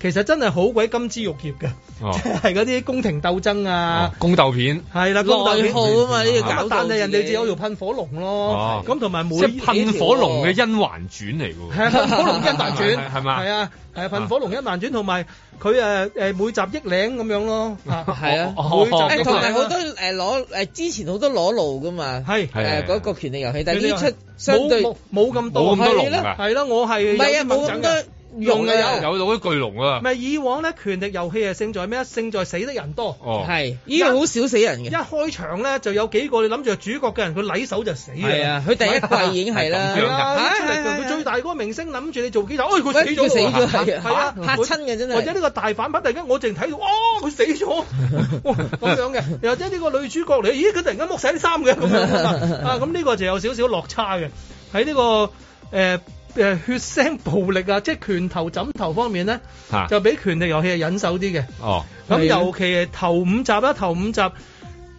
S4: 其實真係好鬼金枝玉葉嘅。
S2: 哦
S4: 即係嗰啲宮廷鬥爭啊。
S2: 宮鬥片
S4: 係啦，宮鬥片
S3: 內耗啊嘛呢個搞到
S4: 咁但係人哋
S3: 自
S4: 就
S3: 己
S4: 有條噴火龍咯
S2: 哦，
S4: 咁同埋每
S2: 即係噴火龍嘅甄嬛傳嚟㗎
S4: 係啊
S2: 喎，
S4: 噴火龍甄嬛傳
S2: 係係嘛？
S4: 係啊，係啊噴火龍甄嬛傳同埋佢誒誒每集億領咁樣咯，啊
S3: 係啊，
S4: 每集
S3: 誒
S4: 億
S3: 同埋
S4: 領
S3: 好多誒攞誒之前好多攞路噶嘛，
S4: 係
S3: 誒嗰個權力遊戲，但係呢
S4: 呢
S3: 出相對
S4: 冇冇冇咁多，
S2: 冇咁多龍㗎
S4: 係啦，我係
S3: 啊唔係啊
S4: 有啲
S3: 冇
S4: 掹
S3: 咁
S4: 緊㗎
S3: 多用啊有
S2: 有到啲巨龍啊！
S4: 咪以往咧，權力遊戲係勝在咩？勝在死得人多。
S2: 哦
S3: 係呢個好少死人
S4: 一
S3: 嘅。
S4: 開場咧，就有幾個你諗住係主角嘅人，佢禮手就死
S3: 係啊佢第一季已經係啦
S4: 係啊，
S3: 係係係係
S4: 佢最大嗰個明星諗住你做幾集，哎佢
S3: 喂
S4: 死咗喎，
S3: 佢死咗係啊
S4: 係啊，
S3: 嚇嚇親嘅真係
S4: 或者呢個大反派突然間我淨睇到，哦佢死咗，哇咁樣嘅，又或者呢個女主角嚟，咦佢突然間剝晒啲衫嘅咁樣啊，咁呢個就有少少落差嘅喺呢個誒。誒血腥暴力啊，即係拳頭枕頭方面咧，
S2: 嚇
S4: 就比權力遊戲係忍手啲嘅。
S2: 哦，
S4: 咁尤其係啊頭五集啦，頭五集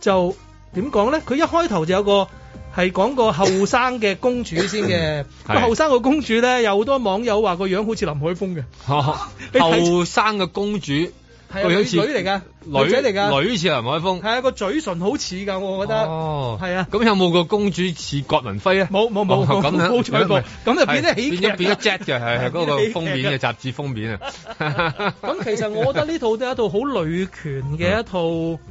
S4: 就點講咧？佢一開頭就有個係講個後生嘅公主先嘅，
S2: 係
S4: 個後生個公主咧有好多網友話個樣好似林海峰嘅，
S2: 哦
S4: 你睇
S2: 後生嘅公主，
S4: 係啊
S2: 個
S4: 女
S2: 樣
S4: 女
S2: 似
S4: 嚟㗎，
S2: 女
S4: 女仔嚟㗎，
S2: 女似林海峰。
S4: 係啊個嘴唇好似㗎，我覺得。
S2: 哦，
S4: 係啊，
S2: 咁有冇個公主似郭文輝咧？
S4: 冇冇冇
S2: 哦咁樣
S4: 冇唱過咁就變咗喜劇
S2: 變咗變咗 Jet 嘅，係係嗰
S4: 變咗喜
S2: 個
S4: 劇啊
S2: 封面嘅雜誌封面啊。
S4: 咁其實我覺得 呢套都係一套好女權嘅一套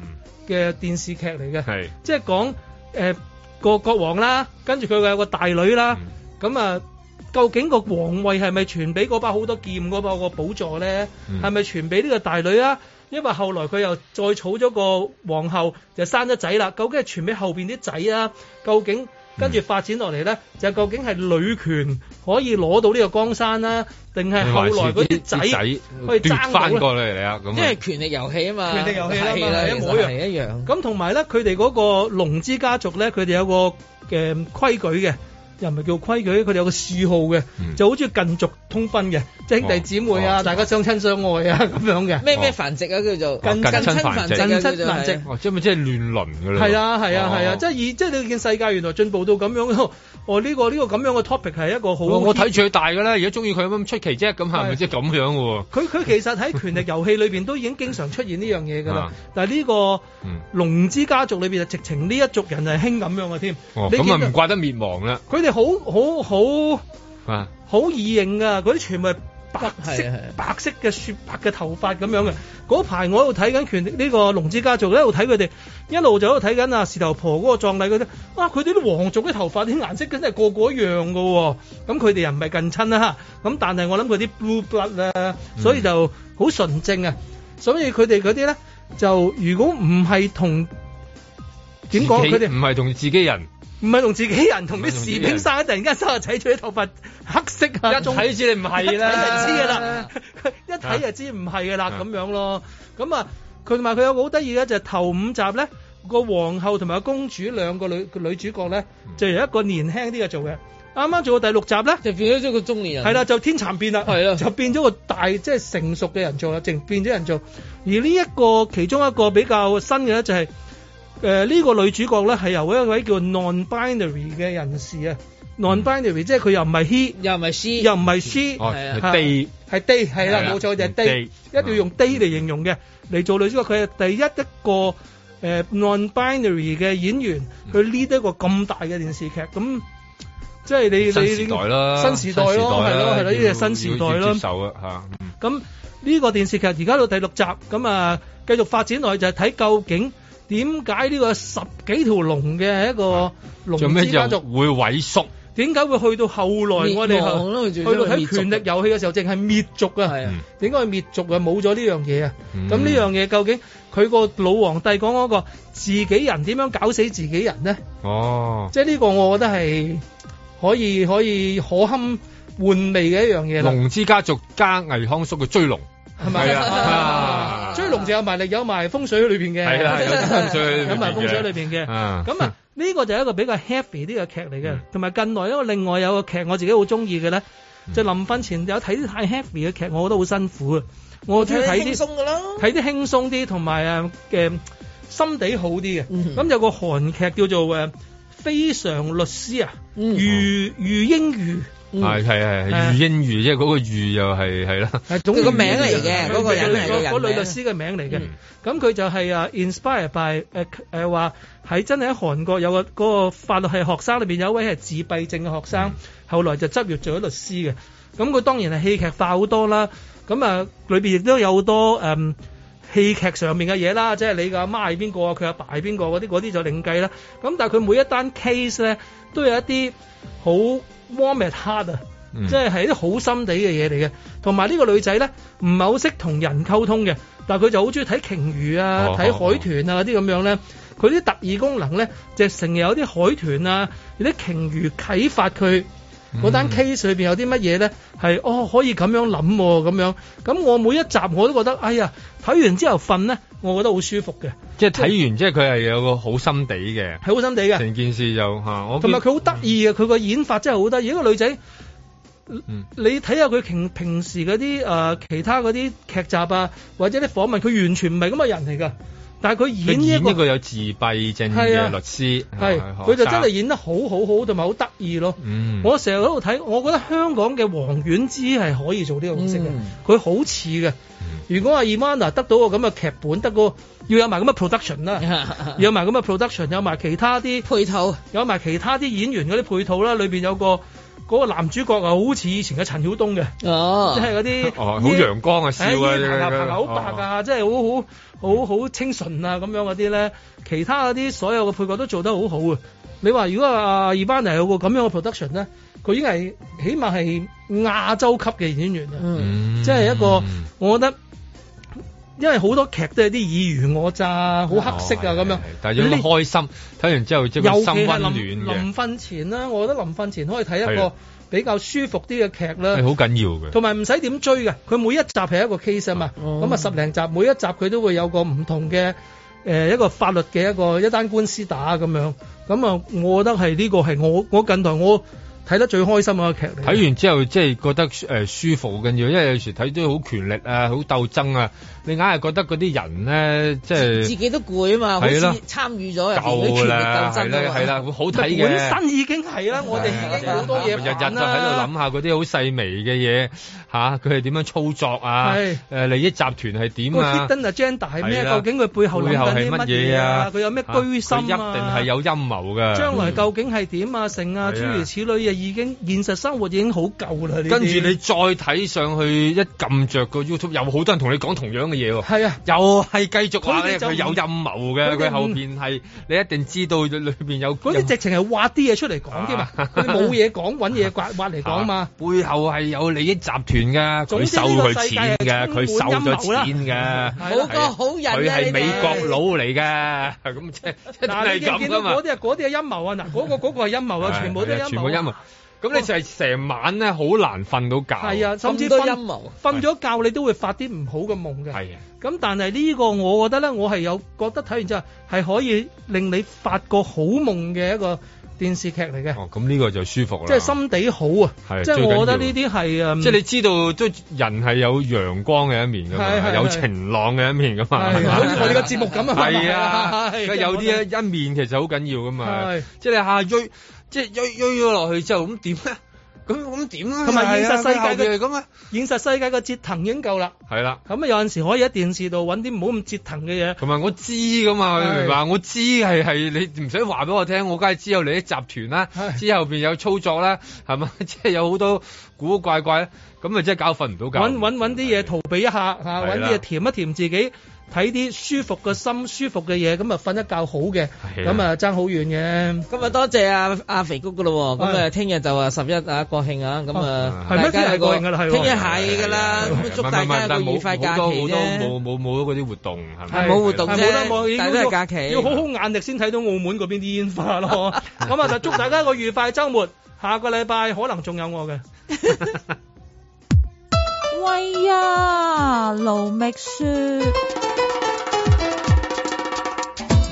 S4: 嘅電視劇嚟嘅，
S2: 嗯係
S4: 即係講誒個國王啦，跟住佢有個大女啦，咁啊究竟個皇位係咪傳俾嗰把好多劍嗰把個寶座咧？
S2: 嗯
S4: 係咪傳俾呢個大女啊？因為後來佢又再儲咗個皇后，就生咗仔啦。究竟係傳俾後邊啲仔啊？究竟跟住發展落嚟咧，就究竟係女權可以攞到呢個江山啦、定係後來嗰啲仔
S2: 還是
S4: 可以
S2: 奪
S4: 爭到
S2: 翻
S4: 咧？
S2: 過嚟嚟啊！咁啊
S3: 因為權力遊戲啊嘛，
S4: 權力遊戲啦嘛
S3: 係啦，
S4: 係一模
S3: 其
S4: 一
S3: 實
S4: 樣
S3: 係一樣。
S4: 咁同埋咧，佢哋嗰個龍之家族咧，佢哋有個誒、呃、規矩嘅，又唔係叫規矩，佢哋有個嗜好嘅，
S2: 嗯
S4: 就好似近族通婚嘅，即係兄弟姊妹
S2: 哦
S4: 啊，大家相親相愛啊咁樣嘅。
S3: 咩咩
S4: 哦
S3: 繁殖啊叫做
S4: 近近親繁殖近
S3: 啊
S4: 親繁殖
S3: 叫做係
S2: 哦，即係咪即係亂倫㗎啦？
S4: 係啊係啊係啊，
S2: 哦
S4: 即係以即係你見世界原來進步到咁樣，哦呢個呢個咁樣嘅 topic 係一個好。
S2: 我我睇住佢大㗎啦，而家中意佢有乜咁出奇啫？咁係咪
S4: 係
S2: 即係咁樣嘅喎？
S4: 佢佢其實喺權力遊戲裏邊都已經經常出現呢樣嘢㗎啦
S2: 啊，
S4: 但係呢個
S2: 嗯
S4: 龍之家族裏邊就直情呢一族人係興咁樣嘅添。
S2: 哦，
S4: 你見
S2: 咁啊
S4: 到
S2: 唔怪得滅亡啦
S4: 佢哋好好好
S2: 啊！
S4: 好易認㗎，嗰啲全部係白色
S3: 係啊係啊
S4: 白色嘅雪白嘅頭髮咁樣嘅。嗰排我喺度睇緊權力呢、個龍之家族，一路睇佢哋，一路就喺度睇緊啊士頭婆嗰個葬禮嗰啲。啊，佢哋啲皇族嘅頭髮啲顏色真係個個一樣㗎喎、咁佢哋又唔係近親啦嚇，咁但係我諗佢啲 blue blood
S2: 嗯
S4: 啊，所以就好純正啊。所以佢哋嗰啲咧，就如果唔係同點講，
S2: 自己
S4: 佢哋
S2: 唔係同自己人，
S4: 唔係同自己人，同啲
S2: 唔係同自
S4: 士
S2: 己
S4: 兵
S2: 人
S4: 生，突然間生個仔，佢啲頭髮黑色啊，
S2: 一睇知你唔係啦
S4: 一睇就知㗎 啦，一睇就知唔係㗎啦，咁樣咯。咁啊，佢同埋佢有個好得意嘅就係頭五集咧，個皇后同埋個公主兩個女個女主角咧，就由一個年輕啲嘅做嘅。啱啱做到第六集咧，
S3: 就變咗咗個中年人
S4: 係啦，就天蠶變啦，係啦，就變咗個大即係成熟嘅人做啦，淨變咗人做。而呢一個其中一個比較新嘅咧就係誒呢個女主角咧係由一位叫 non-binary 嘅人士啊，non-binary 即係佢又唔係 he，
S3: 又唔係 she，
S4: 又唔係 she，
S2: 哦
S4: 係
S2: 係
S4: 啊
S2: they
S4: 係 they 係啦
S2: 係，啦
S4: 冇錯就係
S2: 用
S4: they，一定要用 they 嚟形容嘅嚟做女主角，佢係第一一個。誒 non-binary 嘅演員，佢 lead 一個咁大嘅電視劇，咁即係你
S2: 新
S4: 你
S2: 時代啦，
S4: 新時代咯，係咯係咯，呢啲係新時代
S2: 要要
S4: 咯
S2: 接。受啊嚇。嗯
S4: 咁呢個電視劇而家到第六集，咁啊繼續發展落去就係睇究竟點解呢個十幾條龍嘅一個
S2: 做
S4: 龍
S2: 咩
S4: 之家
S2: 又
S4: 族，
S2: 會萎縮？
S4: 點解會去到後來我哋
S3: 滅亡咯
S4: 後
S3: 佢最
S4: 去
S3: 終
S4: 到睇權力
S3: 係滅族
S2: 啊
S4: 遊戲嘅時候，淨係滅族啊，點解係滅族啊？冇咗呢樣嘢啊！
S3: 嗯
S4: 咁呢樣嘢究竟佢個老皇帝講嗰個自己人點樣搞死自己人呢？
S2: 哦，
S4: 即係呢個我覺得係可以可以可堪玩味嘅一樣嘢啦。
S2: 龍之家族加倪康叔嘅追龍，
S4: 係咪
S2: 係 啊？
S4: 追龍就有埋力，有埋風水喺裏邊嘅。
S2: 係啦有風水 喺裏邊嘅
S4: 有埋風水喺裏邊嘅。
S2: 啊
S4: 咁啊，呢個就係一個比較 happy 啲嘅劇嚟嘅。同埋近來一個另外有個劇我自己好中意嘅咧，就臨瞓前有睇啲太 happy 嘅劇，我覺得好辛苦啊。我中意睇
S3: 輕
S4: 啲
S3: 鬆㗎啦。
S4: 睇啲輕鬆啲同埋誒嘅心地好啲嘅。咁、有個呃嗯韓劇叫做誒《非常律師》啊，余余英瑜
S2: 係係係係，御英御即係嗰個御又係係啦，
S3: 總啊之個名嚟嘅，
S2: 係
S3: 嗰個人
S2: 名
S3: 係個人
S4: 嗰女律
S3: 名嗯
S4: 師嘅名嚟嘅。咁佢就係啊 inspired by 誒誒話喺真係喺韓國有個嗰個法律系學生裏邊有一位係自閉症嘅學
S3: 嗯
S4: 生，後來就執業做咗律師嘅。咁佢當然係戲劇化好多啦。咁啊，裏邊亦都有好多誒。戲劇上面嘅嘢啦，即係你嘅阿媽係邊個啊，佢阿爸係邊個嗰啲，嗰啲就另計啦。咁但係佢每一單 case 咧，都有一啲好 warm at heart 啊，
S9: 嗯
S4: 即係係啲好心地嘅嘢嚟嘅。同埋呢個女仔咧，唔係好識同人溝通嘅，但係佢就好中意睇鯨魚啊、
S9: 哦
S4: 睇海豚啊嗰啲咁樣咧。佢啲特異功能咧，就成日有啲海豚啊、有啲鯨魚啟發佢。
S9: 嗯
S4: 嗰單 case 裏邊有啲乜嘢咧？係哦，可以咁樣諗喎、咁樣。咁我每一集我都覺得，哎呀，睇完之後瞓咧，我覺得好舒服嘅，
S2: 即係睇完即係佢係有個好心地嘅，
S4: 係好心地嘅。
S2: 成件事就嚇我
S4: 同埋佢好得意嘅，佢個演法真係好得意。一個女仔，
S2: 嗯
S4: 你睇下佢平平時嗰啲誒其他嗰啲劇集啊，或者啲訪問，佢完全唔係咁嘅人嚟㗎。但係佢
S2: 佢
S4: 演呢、
S2: 演
S4: 一個
S2: 一個有自閉症
S4: 係
S2: 嘅
S4: 啊
S2: 律師，
S4: 係
S2: 啊
S4: 佢就真係。
S2: 學生
S4: 演得好好好，同埋好得意咯。
S2: 嗯
S4: 我成日喺度睇，我覺得香港嘅黃婉之係可以做呢個角色嘅，佢好似嘅。如果阿 Ivana 得到個咁嘅劇本，得個要有埋咁嘅 production 啦， 要有埋咁嘅 production，有埋其他啲
S3: 配套，
S4: 有埋其他啲演員嗰啲配套啦，裏邊有個。嗰個男主角啊，好似以前嘅陳曉東嘅，
S3: 哦
S4: 即係嗰啲
S2: 啊哦好陽光啊笑啊
S4: 係
S2: 呢啲
S4: 白啊白啊好白
S2: 哦
S4: 啊，即係
S2: 嗯
S4: 好好好好清純啊咁樣嗰啲咧，其他嗰啲所有嘅配角都做得好好啊！你話如果阿 e v a n 有個咁樣嘅 production 咧，佢已經係起碼係亞洲級嘅演員啊，
S2: 嗯
S4: 即係一個我覺得。因為好多劇都係啲爾虞我詐啊，好黑色啊咁樣。
S2: 但哦係有個
S4: 呢
S2: 開心，睇完之後即係個
S4: 尤其
S2: 心
S4: 係
S2: 溫暖
S4: 臨
S2: 嘅，
S4: 臨瞓前啦，我覺得臨瞓前可以睇一
S2: 係啊
S4: 個比較舒服啲嘅劇啦，
S2: 係啊好緊要 嘅。
S4: 同埋唔使點追嘅，佢每一集係一個 case 啊嘛，咁啊、十零集，每一集佢都會有個唔同嘅誒、呃一個法律嘅一個一單官司打咁樣，咁啊，我覺得係呢個係我我近來我睇得最開心嘅劇嚟。
S2: 睇完之後即係覺得誒、呃舒服好緊要，因為有時睇啲好權力啊、好鬥爭啊，你硬係覺得嗰啲人咧 即係
S3: 自己都攰啊嘛，好
S2: 係
S3: 似
S2: 啦
S3: 參與咗入邊啲權
S2: 夠
S3: 力
S2: 啦
S3: 鬥，
S2: 係
S3: 爭啊
S2: 啦
S3: 嘛
S2: 係啦，好睇嘅。
S4: 本身已經係啦，我哋已經好多嘢啊
S2: 日日就喺
S4: 煩
S2: 度
S4: 啦。
S2: 諗下嗰啲好細微嘅嘢吓，佢係點樣操作啊？
S4: 係
S2: 誒利益集團係點
S4: 個
S2: 啊？
S4: hidden agenda 係咩？
S2: 係啦
S4: 究竟佢背後諗
S2: 背後
S4: 緊
S2: 係
S4: 啲乜
S2: 乜嘢啊？
S4: 佢有咩居心
S2: 佢一定係有陰謀㗎。
S4: 將來究竟係點啊？成啊，
S2: 係啊
S4: 諸如此類啊，已經現實生活已經好夠啦。呢啲
S2: 跟住你再睇上去，一撳着個 YouTube，有好多人同你講同樣嘅嘢喎。
S4: 係啊，
S2: 又係繼續話
S4: 佢哋
S2: 咧，
S4: 就
S2: 佢
S4: 唔
S2: 有陰謀
S4: 佢哋
S2: 嘅，佢
S4: 唔
S2: 後邊係你一定知道裏邊有
S4: 嗰啲直情係挖啲嘢出嚟講添 啊！
S2: 啊
S4: 佢哋冇嘢講，揾嘢 挖挖嚟講嘛。
S2: 背後係有利益集團㗎，
S4: 總
S2: 佢
S4: 之
S2: 收
S4: 呢個
S2: 佢
S4: 世界係
S2: 錢㗎，
S4: 充
S2: 佢收
S4: 滿陰謀啦
S2: 咗錢㗎，
S4: 冇個
S2: 係啊
S4: 好 人啊
S2: 佢
S4: 你哋
S2: 係美國佬嚟㗎， 咁即係一定
S4: 嗱，
S2: 係
S4: 你見唔
S2: 咁
S4: 見到
S2: 㗎嘛
S4: 嗰。啲係嗰啲係陰謀啊！嗱，嗰個嗰個係陰謀啊，全部都係
S2: 係啊
S4: 陰
S2: 全部
S4: 謀啊。
S2: 陰謀。咁你就係成晚咧，好難瞓到覺。
S4: 係啊，甚至
S3: 多
S4: 瞓
S3: 陰謀
S4: 瞓咗覺你都會發啲唔好嘅夢嘅。
S2: 係啊。
S4: 咁但係呢個我覺得咧，我係有覺得睇完之後係可以令你發個好夢嘅一個電視劇嚟嘅，
S2: 哦，咁呢個就舒服啦。
S4: 即係心地好啊！
S2: 係
S4: 即係
S2: 最緊
S4: 我覺得
S2: 要
S4: 呢啲係誒，
S2: 即係你知道都人係有陽光嘅一面㗎
S4: 係係
S2: 嘛，
S4: 係
S2: 有晴朗嘅一面 㗎嘛，
S4: 係
S2: 係嘛
S4: 好似我哋個節目咁啊
S2: 係 啊，
S4: 係
S2: 佢有啲一一面其實好緊要㗎嘛
S4: 係，
S2: 即係你下追，即係追追咗落去之後咁點咧？ 咁咁點咧？
S4: 同埋現實
S2: 係啊
S4: 世界嘅
S2: 咁啊，
S4: 現實世界嘅折騰已經夠啦。
S2: 係啦。
S4: 咁啊，有陣時可以喺電視度揾啲唔好咁折騰嘅嘢。
S2: 同埋我知噶嘛，
S4: 係
S2: 你明白？我知係係你唔使話俾我聽，我梗係知有你啲集團啦，知後邊有操作啦，係嘛？ 即係有好多古古怪怪啦，咁咪即係搞瞓唔到覺。
S4: 揾揾揾啲嘢逃避一下嚇，揾
S2: 啦
S4: 啲嘢填一填自己，睇啲舒服嘅心、舒服嘅嘢，咁啊瞓一覺好嘅，咁啊爭好遠嘅。
S3: 咁啊，多謝阿阿肥谷噶咯喎，咁
S4: 係
S3: 啊，聽日就話十一啊國慶啊，咁啊，
S4: 係咩
S3: 大家有個
S4: 聽日係國慶㗎啦係喎
S3: 聽日係㗎啦，咁啊祝大家有個愉快假期
S2: 好多好
S3: 啫。
S2: 多冇冇冇嗰啲活動係咪？
S3: 係冇活動
S4: 係
S3: 啫
S4: 冇得冇，
S3: 但係都係假期
S4: 要好好眼力先睇到澳門嗰邊啲煙花 咯。咁啊，就祝大家一個愉快週末。下個禮拜可能仲有我嘅。
S20: 喂呀，盧覓雪。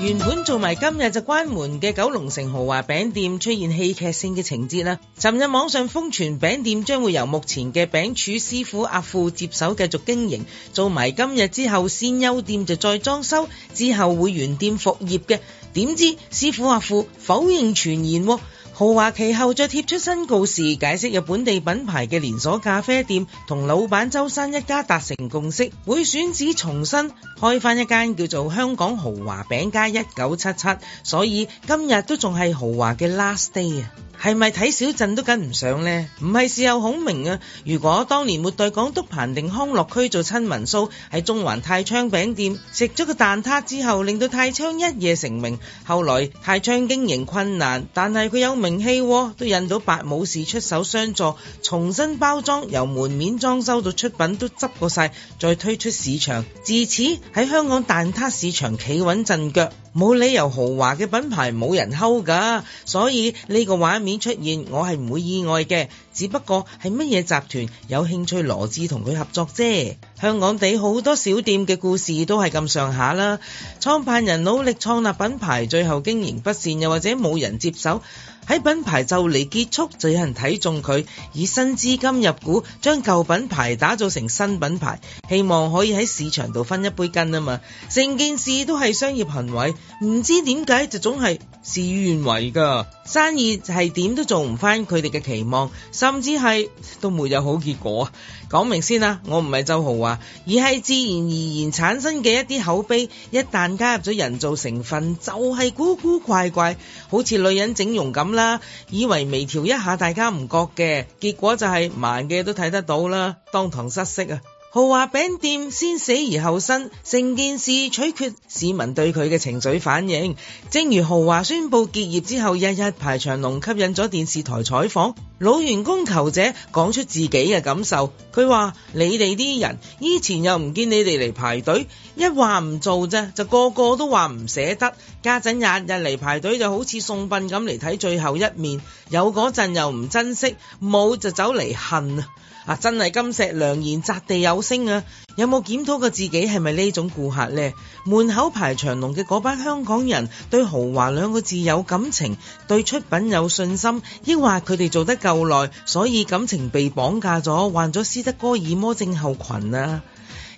S3: 原本做埋今日就關門嘅九龍城豪華餅店出現戲劇性嘅情節啦。尋日網上瘋傳餅店將會由目前嘅餅廚師傅阿富接手繼續經營，做埋今日之後先休店就再裝修，之後會原店復業嘅。點知師傅阿富否認傳言喎。豪華其後再貼出新告示，解釋有本地品牌嘅連鎖咖啡店同老闆周生一家達成共識，會選址重新開翻一間叫做香港豪華餅家一九七七，所以今日都仲係豪華嘅 last day 啊！係咪睇小鎮都跟唔上呢？唔係事後孔明啊！如果當年末代港督彭定康落區做親民騷，喺中環泰昌餅店食咗個蛋撻之後，令到泰昌一夜成名。後來泰昌經營困難，但係佢有名氣喎，都引到白武士出手相助，重新包裝，由門面裝修到出品都執過晒，再推出市場。自此喺香港蛋撻市場企穩陣腳。冇理由豪華嘅品牌冇人睺㗎，所以呢個畫面出現，我係唔會意外嘅。只不過係乜嘢集團有興趣羅致同佢合作啫。香港地好多小店嘅故事都係咁上下啦。創辦人努力創立品牌，最後經營不善，又或者冇人接手。喺品牌就嚟結束，就有人睇中佢，以新資金入股，將舊品牌打造成新品牌，希望可以喺市場度分一杯羹啊嘛！成件事都係商業行為，唔知點解就總係事與願違㗎，生意係點都做唔翻佢哋嘅期望，甚至係都沒有好結果。講明先啦，我唔係周豪華，而係自然而然產生嘅一啲口碑，一旦加入咗人造成分，就係、古古怪怪，好似女人整容咁啦，以為微調一下大家唔覺嘅，結果就係盲嘅都睇得到啦，當堂失色啊！豪華餅店先死而後生，成件事取決市民對佢嘅情緒反應。正如豪華宣布結業之後，日日排長龍，吸引咗電視台採訪，老員工求者講出自己嘅感受。佢話：你哋啲人以前又唔見你哋嚟排隊，一話唔做啫，就個個都話唔捨得。家陣日日嚟排隊就好似送殯咁嚟睇最後一面，有嗰陣又唔珍惜，冇就走嚟恨啊！啊，真係金石良言，擲地有聲啊！有冇檢討過自己係咪呢種顧客呢？門口排長龍嘅嗰班香港人對豪華兩個字有感情，對出品有信心，抑或佢哋做得夠耐，所以感情被綁架咗，患咗斯德哥爾摩症候群啊！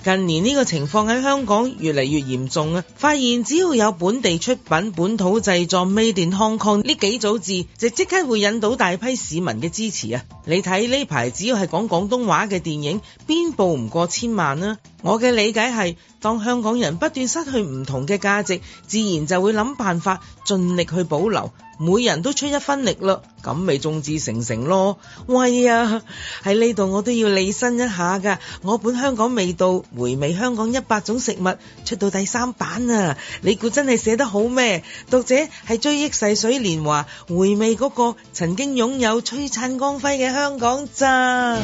S3: 近年呢個情況喺香港越嚟越嚴重啊！發現只要有本地出品、本土製作、Made in Hong Kong 呢幾組字，就即刻會引到大批市民嘅支持啊！你睇呢排只要係講廣東話嘅電影，邊部唔過千萬啊？我嘅理解係，當香港人不斷失去唔同嘅價值，自然就會諗辦法盡力去保留，每人都出一分力啦，咁咪眾志成城咯。喂啊，喺呢度我都要理身一下㗎，我本香港味道回味香港一百種食物出到第三版啊！你估真係寫得好咩？讀者係追憶逝水年華，回味嗰個曾經擁有璀璨光輝嘅香港咋。